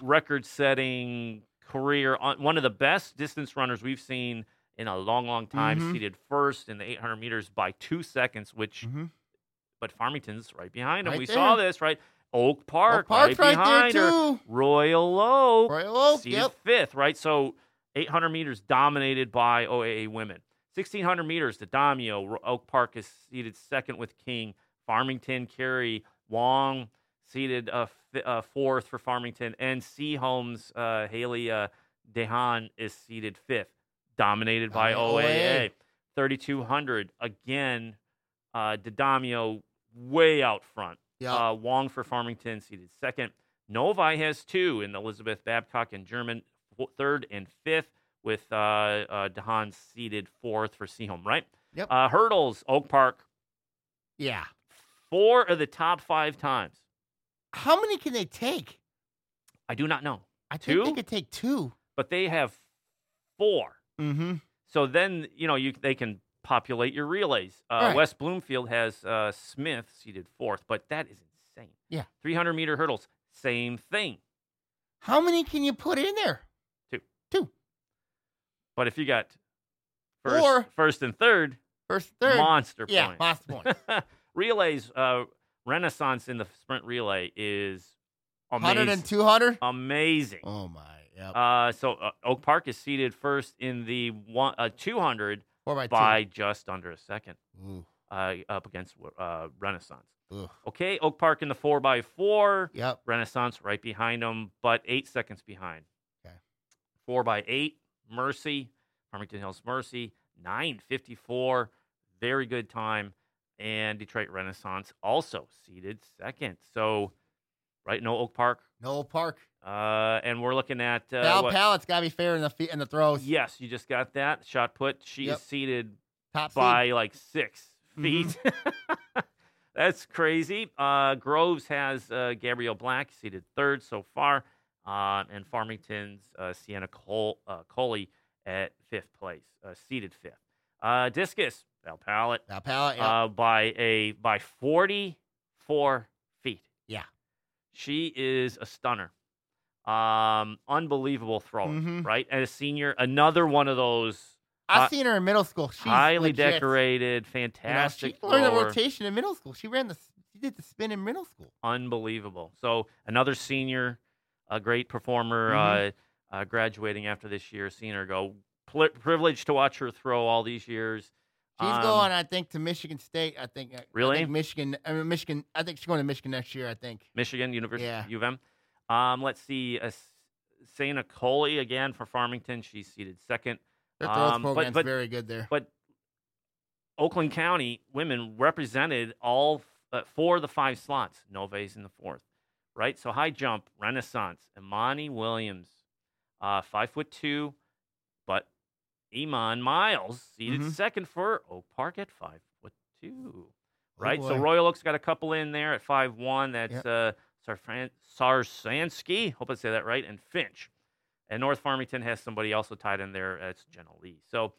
[SPEAKER 3] record-setting career, on, one of the best distance runners we've seen in a long, long time.
[SPEAKER 2] Mhm.
[SPEAKER 3] Seated first in the 800 meters by two seconds, which
[SPEAKER 2] Mhm.
[SPEAKER 3] but Farmington's right behind him.
[SPEAKER 2] Right
[SPEAKER 3] we saw
[SPEAKER 2] there.
[SPEAKER 3] this right. Oak Park,
[SPEAKER 2] Oak Park's
[SPEAKER 3] right,
[SPEAKER 2] right,
[SPEAKER 3] behind
[SPEAKER 2] there
[SPEAKER 3] her.
[SPEAKER 2] too.
[SPEAKER 3] Royal Oak,
[SPEAKER 2] Royal Oak.
[SPEAKER 3] seated
[SPEAKER 2] Yep.
[SPEAKER 3] fifth, right? So 800 meters dominated by OAA women. 1600 meters to Damio. Ro- Oak Park is seated second with King. Farmington, Carey, Wong seated uh, fi uh, fourth for Farmington. And Seaholmes, uh, Haley uh, Dehan is seated fifth, dominated by
[SPEAKER 2] By
[SPEAKER 3] OAA. 3200, again, uh, Damio way out front.
[SPEAKER 2] Yeah.
[SPEAKER 3] Uh, Wong for Farmington seated second. Novi has two, and Elizabeth Babcock and German fo- third and fifth, with uh, uh, Dehan seated fourth for Seaholm, right?
[SPEAKER 2] Yep.
[SPEAKER 3] Uh, hurdles, Oak Park,
[SPEAKER 2] yeah.
[SPEAKER 3] four of the top five times.
[SPEAKER 2] How many can they take?
[SPEAKER 3] I do not know,
[SPEAKER 2] I think they
[SPEAKER 3] Two?
[SPEAKER 2] could take two.
[SPEAKER 3] but they have four.
[SPEAKER 2] Mm-hmm.
[SPEAKER 3] So then, you know, you they can populate your relays. Uh,
[SPEAKER 2] Right.
[SPEAKER 3] West Bloomfield has uh, Smith seated fourth, but that is insane.
[SPEAKER 2] Yeah.
[SPEAKER 3] 300 meter hurdles, same thing.
[SPEAKER 2] How many can you put in there?
[SPEAKER 3] But if you got first,
[SPEAKER 2] Or-
[SPEAKER 3] first and third,
[SPEAKER 2] First, third.
[SPEAKER 3] monster
[SPEAKER 2] yeah,
[SPEAKER 3] points.
[SPEAKER 2] last point.
[SPEAKER 3] Relays, uh, renaissance in the sprint relay is
[SPEAKER 2] 100
[SPEAKER 3] amazing.
[SPEAKER 2] and 200?
[SPEAKER 3] Amazing.
[SPEAKER 2] Oh, my. Yep.
[SPEAKER 3] Uh, so uh, Oak Park is seated first in the one, uh, 200
[SPEAKER 2] Four by,
[SPEAKER 3] by just under a second
[SPEAKER 2] two. Ooh,
[SPEAKER 3] uh, up against uh, Renaissance.
[SPEAKER 2] ooh.
[SPEAKER 3] Okay, Oak Park in the 4x4,
[SPEAKER 2] Yep.
[SPEAKER 3] Renaissance right behind them, but eight seconds behind.
[SPEAKER 2] Okay.
[SPEAKER 3] 4x8, Mercy, Farmington Hills Mercy, 954, very good time. And Detroit Renaissance also seated second. So, right, no Oak Park.
[SPEAKER 2] Noel Park.
[SPEAKER 3] Uh, and we're looking at. Uh,
[SPEAKER 2] Val
[SPEAKER 3] what-
[SPEAKER 2] Pallett's got to be fair in the feet and the throws.
[SPEAKER 3] Yes, you just got that shot put. She
[SPEAKER 2] Yep.
[SPEAKER 3] is seated
[SPEAKER 2] Top seed.
[SPEAKER 3] by like six
[SPEAKER 2] Mhm.
[SPEAKER 3] feet. That's crazy. Uh, Groves has uh, Gabrielle Black seated third so far, uh, and Farmington's uh, Sienna Cole, uh, Coley at fifth place, uh, seated fifth. Uh, discus Val Pallet
[SPEAKER 2] Val Pallett. Yep.
[SPEAKER 3] uh, by a by forty four feet.
[SPEAKER 2] Yeah.
[SPEAKER 3] she is a stunner. Um, unbelievable thrower,
[SPEAKER 2] Mhm.
[SPEAKER 3] right? And a senior, another one of those
[SPEAKER 2] I've
[SPEAKER 3] Hi-
[SPEAKER 2] seen her in middle school. She's
[SPEAKER 3] highly
[SPEAKER 2] legit.
[SPEAKER 3] decorated,
[SPEAKER 2] You know,
[SPEAKER 3] fantastic
[SPEAKER 2] she learned the
[SPEAKER 3] thrower.
[SPEAKER 2] rotation in middle school. She ran the she did the spin in middle school.
[SPEAKER 3] unbelievable. So another senior, a great performer,
[SPEAKER 2] Mhm.
[SPEAKER 3] uh, uh, graduating after this year, seeing her go. Pl- privileged to watch her throw all these years.
[SPEAKER 2] She's
[SPEAKER 3] Um,
[SPEAKER 2] going, I think, to Michigan State. I think. I- I
[SPEAKER 3] Really?
[SPEAKER 2] think Michigan. I mean, Michigan. I think she's going to Michigan next year. I think.
[SPEAKER 3] Michigan University,
[SPEAKER 2] Yeah.
[SPEAKER 3] U of M. Um, let's see, uh, Sana Coley again for Farmington. She's seated second.
[SPEAKER 2] Their
[SPEAKER 3] Um,
[SPEAKER 2] throws
[SPEAKER 3] but-
[SPEAKER 2] program's
[SPEAKER 3] but-
[SPEAKER 2] very good there.
[SPEAKER 3] But Oakland County women represented all uh, four of the five slots. Nove's in the fourth, right? So high jump, Renaissance, Imani Williams, uh, five foot two, but Iman Miles seated
[SPEAKER 2] Mhm.
[SPEAKER 3] second for Oak Park at five foot two.
[SPEAKER 2] Oh,
[SPEAKER 3] right? so
[SPEAKER 2] boy.
[SPEAKER 3] Royal Oak's got a couple in there at five one. That's uh, Sarfran- Sarsansky. Hope I say that right. And Finch. And North Farmington has somebody also tied in there. That's Jenna Lee. So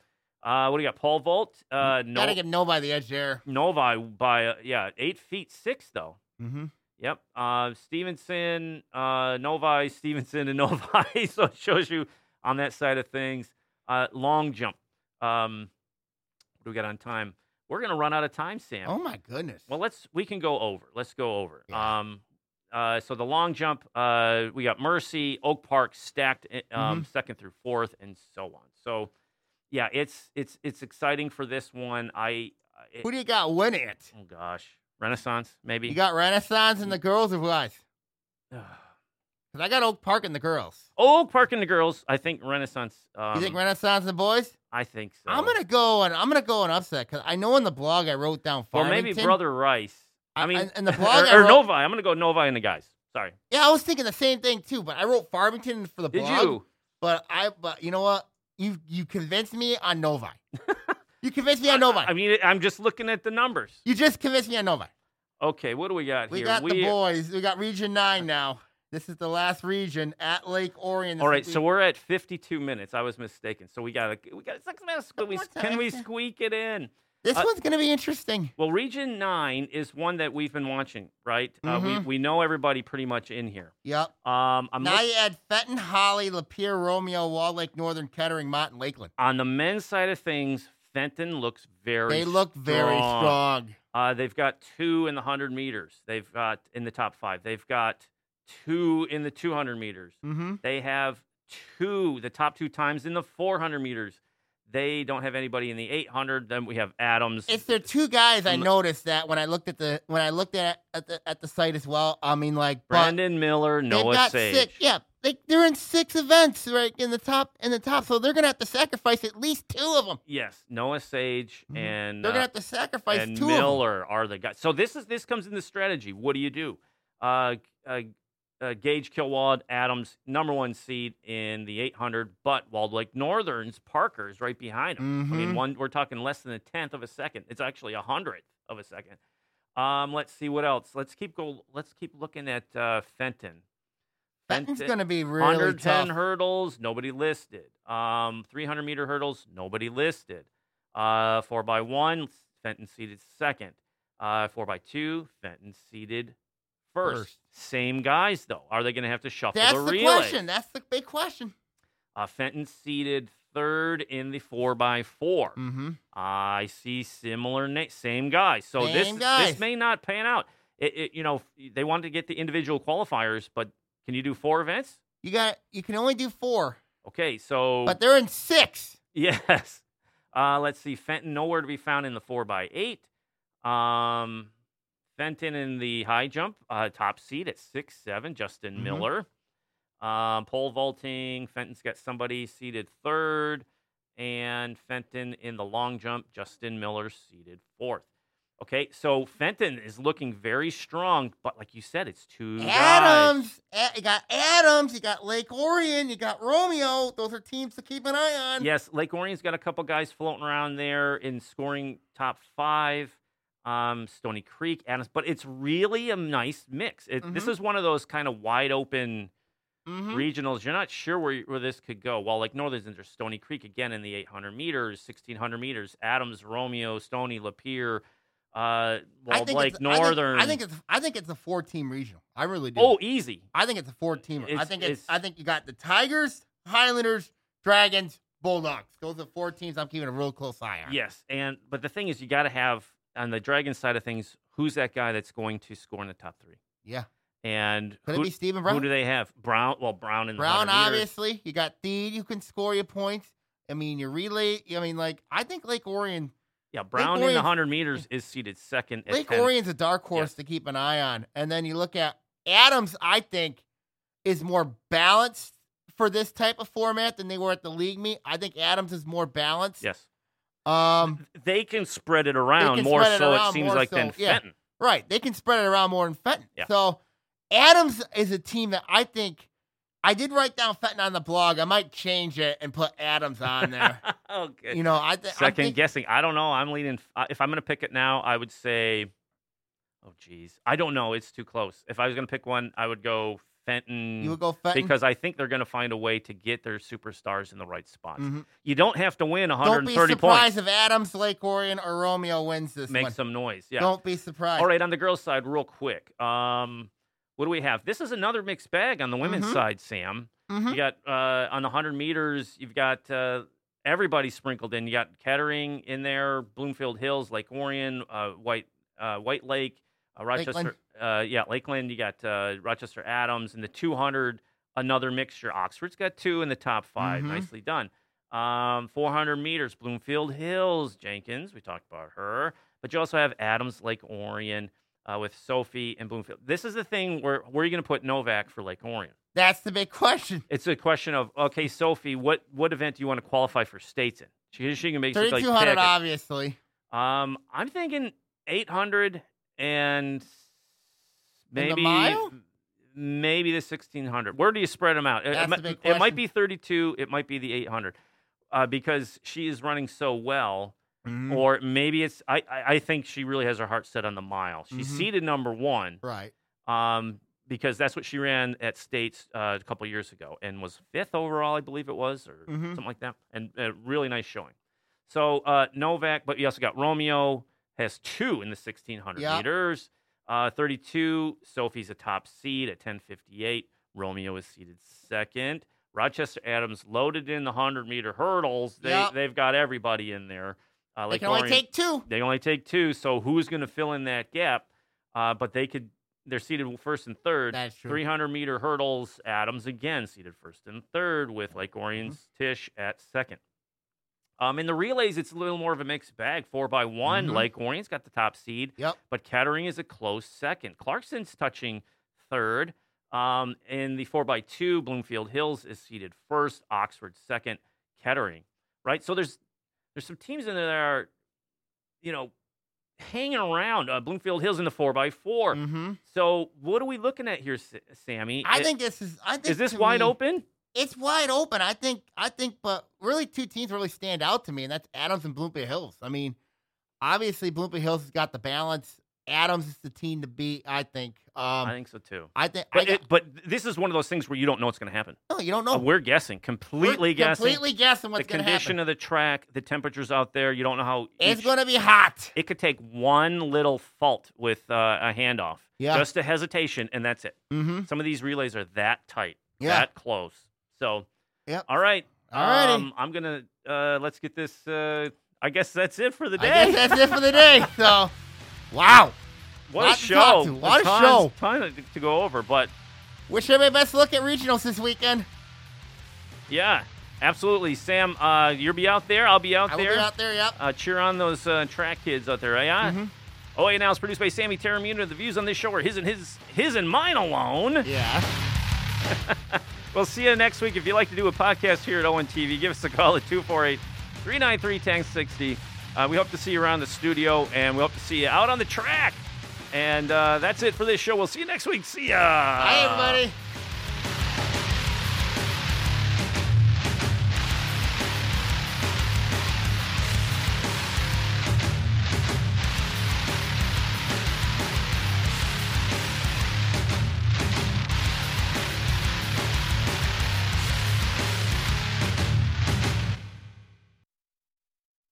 [SPEAKER 3] uh, what do you got? Paul Volt. Uh, no-
[SPEAKER 2] Mm, gotta give nobody the edge there.
[SPEAKER 3] Novi by uh, yeah eight feet six though.
[SPEAKER 2] Mm-hmm.
[SPEAKER 3] Yep. Uh, Stevenson, uh, Novi, Stevenson, and Novi. so it shows you on that side of things. Uh, long jump. Um, what do we got on time? We're gonna run out of time, Sam.
[SPEAKER 2] Oh my goodness.
[SPEAKER 3] Well, let's we can go over. Let's go over.
[SPEAKER 2] Yeah.
[SPEAKER 3] Um, uh, so the long jump, uh, we got Mercy, Oak Park stacked i- um,
[SPEAKER 2] Mm-hmm.
[SPEAKER 3] second through fourth, and so on. So, yeah, it's it's it's exciting for this one. I, I- it,
[SPEAKER 2] Who do you got winning it?
[SPEAKER 3] oh gosh, Renaissance maybe.
[SPEAKER 2] You got Renaissance and the girls or guys? Because I got Oak Park and the girls.
[SPEAKER 3] Oak Park and the girls. I think Renaissance. Um,
[SPEAKER 2] You think Renaissance and the boys?
[SPEAKER 3] I think so.
[SPEAKER 2] I'm gonna go and I'm gonna go an upset because I know in the blog I wrote down
[SPEAKER 3] or
[SPEAKER 2] Farmington.
[SPEAKER 3] maybe Brother Rice. I
[SPEAKER 2] I-
[SPEAKER 3] mean,
[SPEAKER 2] and- and the blog I
[SPEAKER 3] or, or
[SPEAKER 2] wrote-
[SPEAKER 3] Novi. I'm gonna go Novi and the guys. Sorry,
[SPEAKER 2] Yeah, I was thinking the same thing too, but I wrote Farmington for the
[SPEAKER 3] did
[SPEAKER 2] blog.
[SPEAKER 3] you?
[SPEAKER 2] But I, but you know what? You you convinced me on Novi. you convinced me on Novi.
[SPEAKER 3] I mean, I'm just looking at the numbers.
[SPEAKER 2] you just convinced me on Novi.
[SPEAKER 3] Okay, what do we got
[SPEAKER 2] We
[SPEAKER 3] here?
[SPEAKER 2] got the boys. We got Region Nine now. This is the last region at Lake Orion. This
[SPEAKER 3] All
[SPEAKER 2] will
[SPEAKER 3] right,
[SPEAKER 2] be-
[SPEAKER 3] so we're at 52 minutes. I was mistaken. So we got to we got six minutes. Can we,
[SPEAKER 2] Come on,
[SPEAKER 3] can we
[SPEAKER 2] Tyson.
[SPEAKER 3] squeak it in?
[SPEAKER 2] this
[SPEAKER 3] uh,
[SPEAKER 2] one's gonna be interesting.
[SPEAKER 3] Well, Region Nine is one that we've been watching, right? Uh,
[SPEAKER 2] Mhm.
[SPEAKER 3] we we know everybody pretty much in here.
[SPEAKER 2] Yep.
[SPEAKER 3] Um, I'm
[SPEAKER 2] now
[SPEAKER 3] look-
[SPEAKER 2] you add Fenton, Holly, Lapeer, Romeo, Wall Lake, Northern, Kettering, Mott, and Lakeland.
[SPEAKER 3] on the men's side of things. Fenton looks very.
[SPEAKER 2] they look very strong.
[SPEAKER 3] Uh, they've got two in the 100 meters. They've got in the top five. They've got two in the 200 meters.
[SPEAKER 2] Mm-hmm.
[SPEAKER 3] They have two, the top two times in the 400 meters. They don't have anybody in the 800. Then we have Adams.
[SPEAKER 2] It's their two guys. I
[SPEAKER 3] Mm.
[SPEAKER 2] noticed that when I looked at the when I looked at at the, at the site as well. I mean, like, but
[SPEAKER 3] Brandon Miller,
[SPEAKER 2] they've
[SPEAKER 3] Noah
[SPEAKER 2] got
[SPEAKER 3] Sage.
[SPEAKER 2] six. Yeah, they they're in six events right in the top in the top. So they're gonna have to sacrifice at least two of them.
[SPEAKER 3] Yes, Noah Sage
[SPEAKER 2] Mhm.
[SPEAKER 3] and
[SPEAKER 2] They're gonna
[SPEAKER 3] uh,
[SPEAKER 2] have to sacrifice
[SPEAKER 3] and
[SPEAKER 2] two of them.
[SPEAKER 3] Miller are the guys. So this is this comes in the strategy. What do you do? Uh, uh, uh, Gage Kilwald, Adams, number one seed in the 800, but Wald Lake Northern's Parker is right behind him. I mean,
[SPEAKER 2] Mhm.
[SPEAKER 3] one we're talking less than a tenth of a second. It's actually a hundredth of a second. Um, let's see what else. Let's keep go. Let's keep looking at uh, Fenton.
[SPEAKER 2] Fenton's
[SPEAKER 3] Fenton-
[SPEAKER 2] gonna be
[SPEAKER 3] Under
[SPEAKER 2] really
[SPEAKER 3] 10
[SPEAKER 2] tough.
[SPEAKER 3] hurdles, nobody listed. Um, 300 meter hurdles, nobody listed. Uh, four by one, Fenton seated second. Uh, four by two, Fenton seated first.
[SPEAKER 2] First.
[SPEAKER 3] Same guys though. Are they going to have to shuffle
[SPEAKER 2] That's
[SPEAKER 3] the
[SPEAKER 2] the
[SPEAKER 3] relay?
[SPEAKER 2] question. That's the big question.
[SPEAKER 3] Uh, Fenton seated third in the four by 4
[SPEAKER 2] Mm-hmm.
[SPEAKER 3] I see similar na- same guys. So this
[SPEAKER 2] Same guys.
[SPEAKER 3] this may not pan out. It, it, you know they wanted to get the individual qualifiers, but can you do four events?
[SPEAKER 2] You got you can only do four,
[SPEAKER 3] Okay, so
[SPEAKER 2] but they're in six.
[SPEAKER 3] Yes. Uh, let's see. Fenton nowhere to be found in the four by eight. Um, Fenton in the high jump, uh, top seed at six seven. Justin
[SPEAKER 2] Mhm.
[SPEAKER 3] Miller. Um, pole vaulting. Fenton's got somebody seated third, and Fenton in the long jump. Justin Miller seated fourth. Okay, so Fenton is looking very strong, but like you said, it's two guys.
[SPEAKER 2] Adams, A- you got Adams, you got Lake Orion, you got Romeo. Those are teams to keep an eye on.
[SPEAKER 3] Yes, Lake Orion's got a couple guys floating around there in scoring top five. Um, Stony Creek, Adams, but it's really a nice mix. It, This
[SPEAKER 2] Mhm.
[SPEAKER 3] is one of those kind of wide open
[SPEAKER 2] Mhm.
[SPEAKER 3] regionals. You're not sure where, where this could go. While like Northern's under Stony Creek again in the 800 meters, 1600 meters. Adams, Romeo, Stony, Lapeer, uh, well,
[SPEAKER 2] think
[SPEAKER 3] like
[SPEAKER 2] it's-
[SPEAKER 3] Northern.
[SPEAKER 2] I think, I think it's I think it's a four team regional. I really do.
[SPEAKER 3] oh, easy.
[SPEAKER 2] I think it's a four teamer. I
[SPEAKER 3] It's-
[SPEAKER 2] think it's,
[SPEAKER 3] it's-
[SPEAKER 2] I think you got the Tigers, Highlanders, Dragons, Bulldogs. Those are four teams I'm keeping a real close eye on.
[SPEAKER 3] Yes, and but the thing is, you got to have on the Dragon side of things, who's that guy that's going to score in the top three?
[SPEAKER 2] Yeah.
[SPEAKER 3] And
[SPEAKER 2] Could
[SPEAKER 3] who,
[SPEAKER 2] it be Stephen
[SPEAKER 3] who
[SPEAKER 2] Brown?
[SPEAKER 3] do they have? Brown. Well, Brown and
[SPEAKER 2] Brown,
[SPEAKER 3] Mountaineers.
[SPEAKER 2] obviously. You got Thede, who can score you points. I mean, you relay. I mean, like, I think Lake Orion,
[SPEAKER 3] Yeah, Brown in the
[SPEAKER 2] Orient's-
[SPEAKER 3] hundred meters is seated second. At
[SPEAKER 2] Lake
[SPEAKER 3] 10.
[SPEAKER 2] Orion's a dark horse to keep an eye on. And then you look at Adams, I think, is more balanced for this type of format than they were at the league meet. I think Adams is more balanced.
[SPEAKER 3] Yes,
[SPEAKER 2] Um,
[SPEAKER 3] they can spread it around
[SPEAKER 2] can
[SPEAKER 3] more
[SPEAKER 2] spread it
[SPEAKER 3] so.
[SPEAKER 2] around
[SPEAKER 3] it seems
[SPEAKER 2] more
[SPEAKER 3] like
[SPEAKER 2] so,
[SPEAKER 3] than
[SPEAKER 2] yeah.
[SPEAKER 3] Fenton.
[SPEAKER 2] Right. They can spread it around more than Fenton.
[SPEAKER 3] Yeah.
[SPEAKER 2] So Adams is a team that I think I did write down Fenton on the blog. I might change it and put Adams on there.
[SPEAKER 3] okay.
[SPEAKER 2] you know, I th- I'm
[SPEAKER 3] Oh, Second
[SPEAKER 2] think-
[SPEAKER 3] guessing. I don't know. I'm leaning. uh, If I'm going to pick it now, I would say. Oh geez, I don't know. It's too close. If I was going to pick one, I would go Fenton.
[SPEAKER 2] You would go Fenton
[SPEAKER 3] because I think they're going to find a way to get their superstars in the right spots.
[SPEAKER 2] Mhm.
[SPEAKER 3] You don't have to win
[SPEAKER 2] Don't be
[SPEAKER 3] 130 points.
[SPEAKER 2] surprised if Adams, Lake Orion, or Romeo wins this
[SPEAKER 3] Make
[SPEAKER 2] one.
[SPEAKER 3] some noise. Yeah.
[SPEAKER 2] Don't be surprised.
[SPEAKER 3] All right, on the girls' side, real quick. Um, what do we have? This is another mixed bag on the women's
[SPEAKER 2] Mhm.
[SPEAKER 3] side, Sam.
[SPEAKER 2] Mhm.
[SPEAKER 3] You got uh, on the 100 meters, you've got uh, everybody sprinkled in. You got Kettering in there, Bloomfield Hills, Lake Orion, uh, White uh, White Lake, uh, Rochester. Uh, yeah, Lakeland. You got uh, Rochester Adams and the 200. Another mixture. Oxford's got two in the top 5
[SPEAKER 2] Mhm.
[SPEAKER 3] Nicely done. Um, 400 meters, Bloomfield Hills, Jenkins. We talked about her, but you also have Adams, Lake Orion, uh, with Sophie and Bloomfield. This is the thing where where are you going to put Novak for Lake Orion?
[SPEAKER 2] That's the big question.
[SPEAKER 3] it's a question of okay, Sophie, what what event do you want to qualify for states in? She, she can basically
[SPEAKER 2] Thirty
[SPEAKER 3] like,
[SPEAKER 2] two hundred,
[SPEAKER 3] pick it.
[SPEAKER 2] obviously.
[SPEAKER 3] Um, I'm thinking 800 and
[SPEAKER 2] the
[SPEAKER 3] maybe
[SPEAKER 2] mile?
[SPEAKER 3] maybe the 1600. Where do you spread them out? It-
[SPEAKER 2] That's
[SPEAKER 3] it, mi-
[SPEAKER 2] the big
[SPEAKER 3] it might
[SPEAKER 2] question.
[SPEAKER 3] be 32. It might be the 800 uh, because she is running so well.
[SPEAKER 2] Mhm.
[SPEAKER 3] Or maybe it's I, I I think she really has her heart set on the mile. She's
[SPEAKER 2] Mhm.
[SPEAKER 3] seeded number one
[SPEAKER 2] Right.
[SPEAKER 3] um, because that's what she ran at states uh, a couple years ago and was fifth overall, I believe it was, or
[SPEAKER 2] Mhm.
[SPEAKER 3] something like that, and a really nice showing. So uh, Novak, but you also got Romeo has two in the 1600
[SPEAKER 2] Yeah.
[SPEAKER 3] meters, uh, 32. Sophie's a top seed at 10:58. Romeo is seeded second. Rochester Adams loaded in the 100 meter hurdles. They
[SPEAKER 2] Yeah.
[SPEAKER 3] they've got everybody in there. Uh,
[SPEAKER 2] They
[SPEAKER 3] like
[SPEAKER 2] can only
[SPEAKER 3] Orion-
[SPEAKER 2] take two.
[SPEAKER 3] they only take two, so who's going to fill in that gap? Uh, but they could. They're seated first and third.
[SPEAKER 2] That's true.
[SPEAKER 3] 300 meter hurdles. Adams again seated first and third
[SPEAKER 2] Mm-hmm.
[SPEAKER 3] with Lake Orion's Tish at second. Um, in the relays, it's a little more of a mixed bag. Four by one,
[SPEAKER 2] Mhm.
[SPEAKER 3] Lake Orion's got the top seed,
[SPEAKER 2] Yep.
[SPEAKER 3] but Kettering is a close second. Clarkson's touching third. Um, in the four by two, Bloomfield Hills is seated first. Oxford second. Kettering, right? So there's there's some teams in there that are, you know, hanging around. Uh, Bloomfield Hills in the four by four.
[SPEAKER 2] hmm
[SPEAKER 3] So what are we looking at here, Sa- Sammy?
[SPEAKER 2] I
[SPEAKER 3] It-
[SPEAKER 2] think this is. I think
[SPEAKER 3] is this
[SPEAKER 2] to
[SPEAKER 3] wide
[SPEAKER 2] me-
[SPEAKER 3] open?
[SPEAKER 2] It's wide open. I think. I think. But really, two teams really stand out to me, and that's Adams and Bloomfield Hills. I mean, obviously, Bloomfield Hills has got the balance. Adams is the team to beat. I think.
[SPEAKER 3] I
[SPEAKER 2] Um,
[SPEAKER 3] think so too.
[SPEAKER 2] I think. I
[SPEAKER 3] But,
[SPEAKER 2] got,
[SPEAKER 3] it, but this is one of those things where you don't know what's going to happen.
[SPEAKER 2] no, you don't
[SPEAKER 3] Uh,
[SPEAKER 2] know.
[SPEAKER 3] we're guessing, completely
[SPEAKER 2] We're
[SPEAKER 3] guessing.
[SPEAKER 2] Completely guessing
[SPEAKER 3] the
[SPEAKER 2] what's going to
[SPEAKER 3] condition
[SPEAKER 2] happen.
[SPEAKER 3] of the track, the temperatures out there. You don't know how
[SPEAKER 2] it's
[SPEAKER 3] each-
[SPEAKER 2] going to be hot.
[SPEAKER 3] It could take one little fault with uh, a handoff,
[SPEAKER 2] Yeah.
[SPEAKER 3] just a hesitation, and that's it.
[SPEAKER 2] Mm-hmm.
[SPEAKER 3] Some of these relays are that tight,
[SPEAKER 2] Yeah.
[SPEAKER 3] that close. So,
[SPEAKER 2] Yep.
[SPEAKER 3] all right,
[SPEAKER 2] Alrighty.
[SPEAKER 3] um, I'm gonna uh, let's get this. Uh, I guess that's it for the
[SPEAKER 2] I
[SPEAKER 3] day.
[SPEAKER 2] guess that's it for the day. So, wow.
[SPEAKER 3] What a
[SPEAKER 2] Lot to talk
[SPEAKER 3] show!
[SPEAKER 2] to. What a
[SPEAKER 3] Tons-
[SPEAKER 2] show.
[SPEAKER 3] Ton to- to go over, but
[SPEAKER 2] Wish everybody best luck at regionals this weekend.
[SPEAKER 3] yeah, absolutely, Sam. Uh, you'll be out there. I'll be out
[SPEAKER 2] I will
[SPEAKER 3] there.
[SPEAKER 2] be out Mm-hmm. there. Yep.
[SPEAKER 3] Uh, cheer on those uh, track kids out there, yeah. Oh, and now it's produced by Sammy Terramina. The views on this show are his and his, his and mine alone.
[SPEAKER 2] Yeah.
[SPEAKER 3] We'll see you next week. If you'd like to do a podcast here at Owen TV, give us a call at 248 393 1060. Uh, We hope to see you around the studio and we hope to see you out on the track. And uh, that's it for this show. We'll see you next week. See ya.
[SPEAKER 2] Hi, everybody.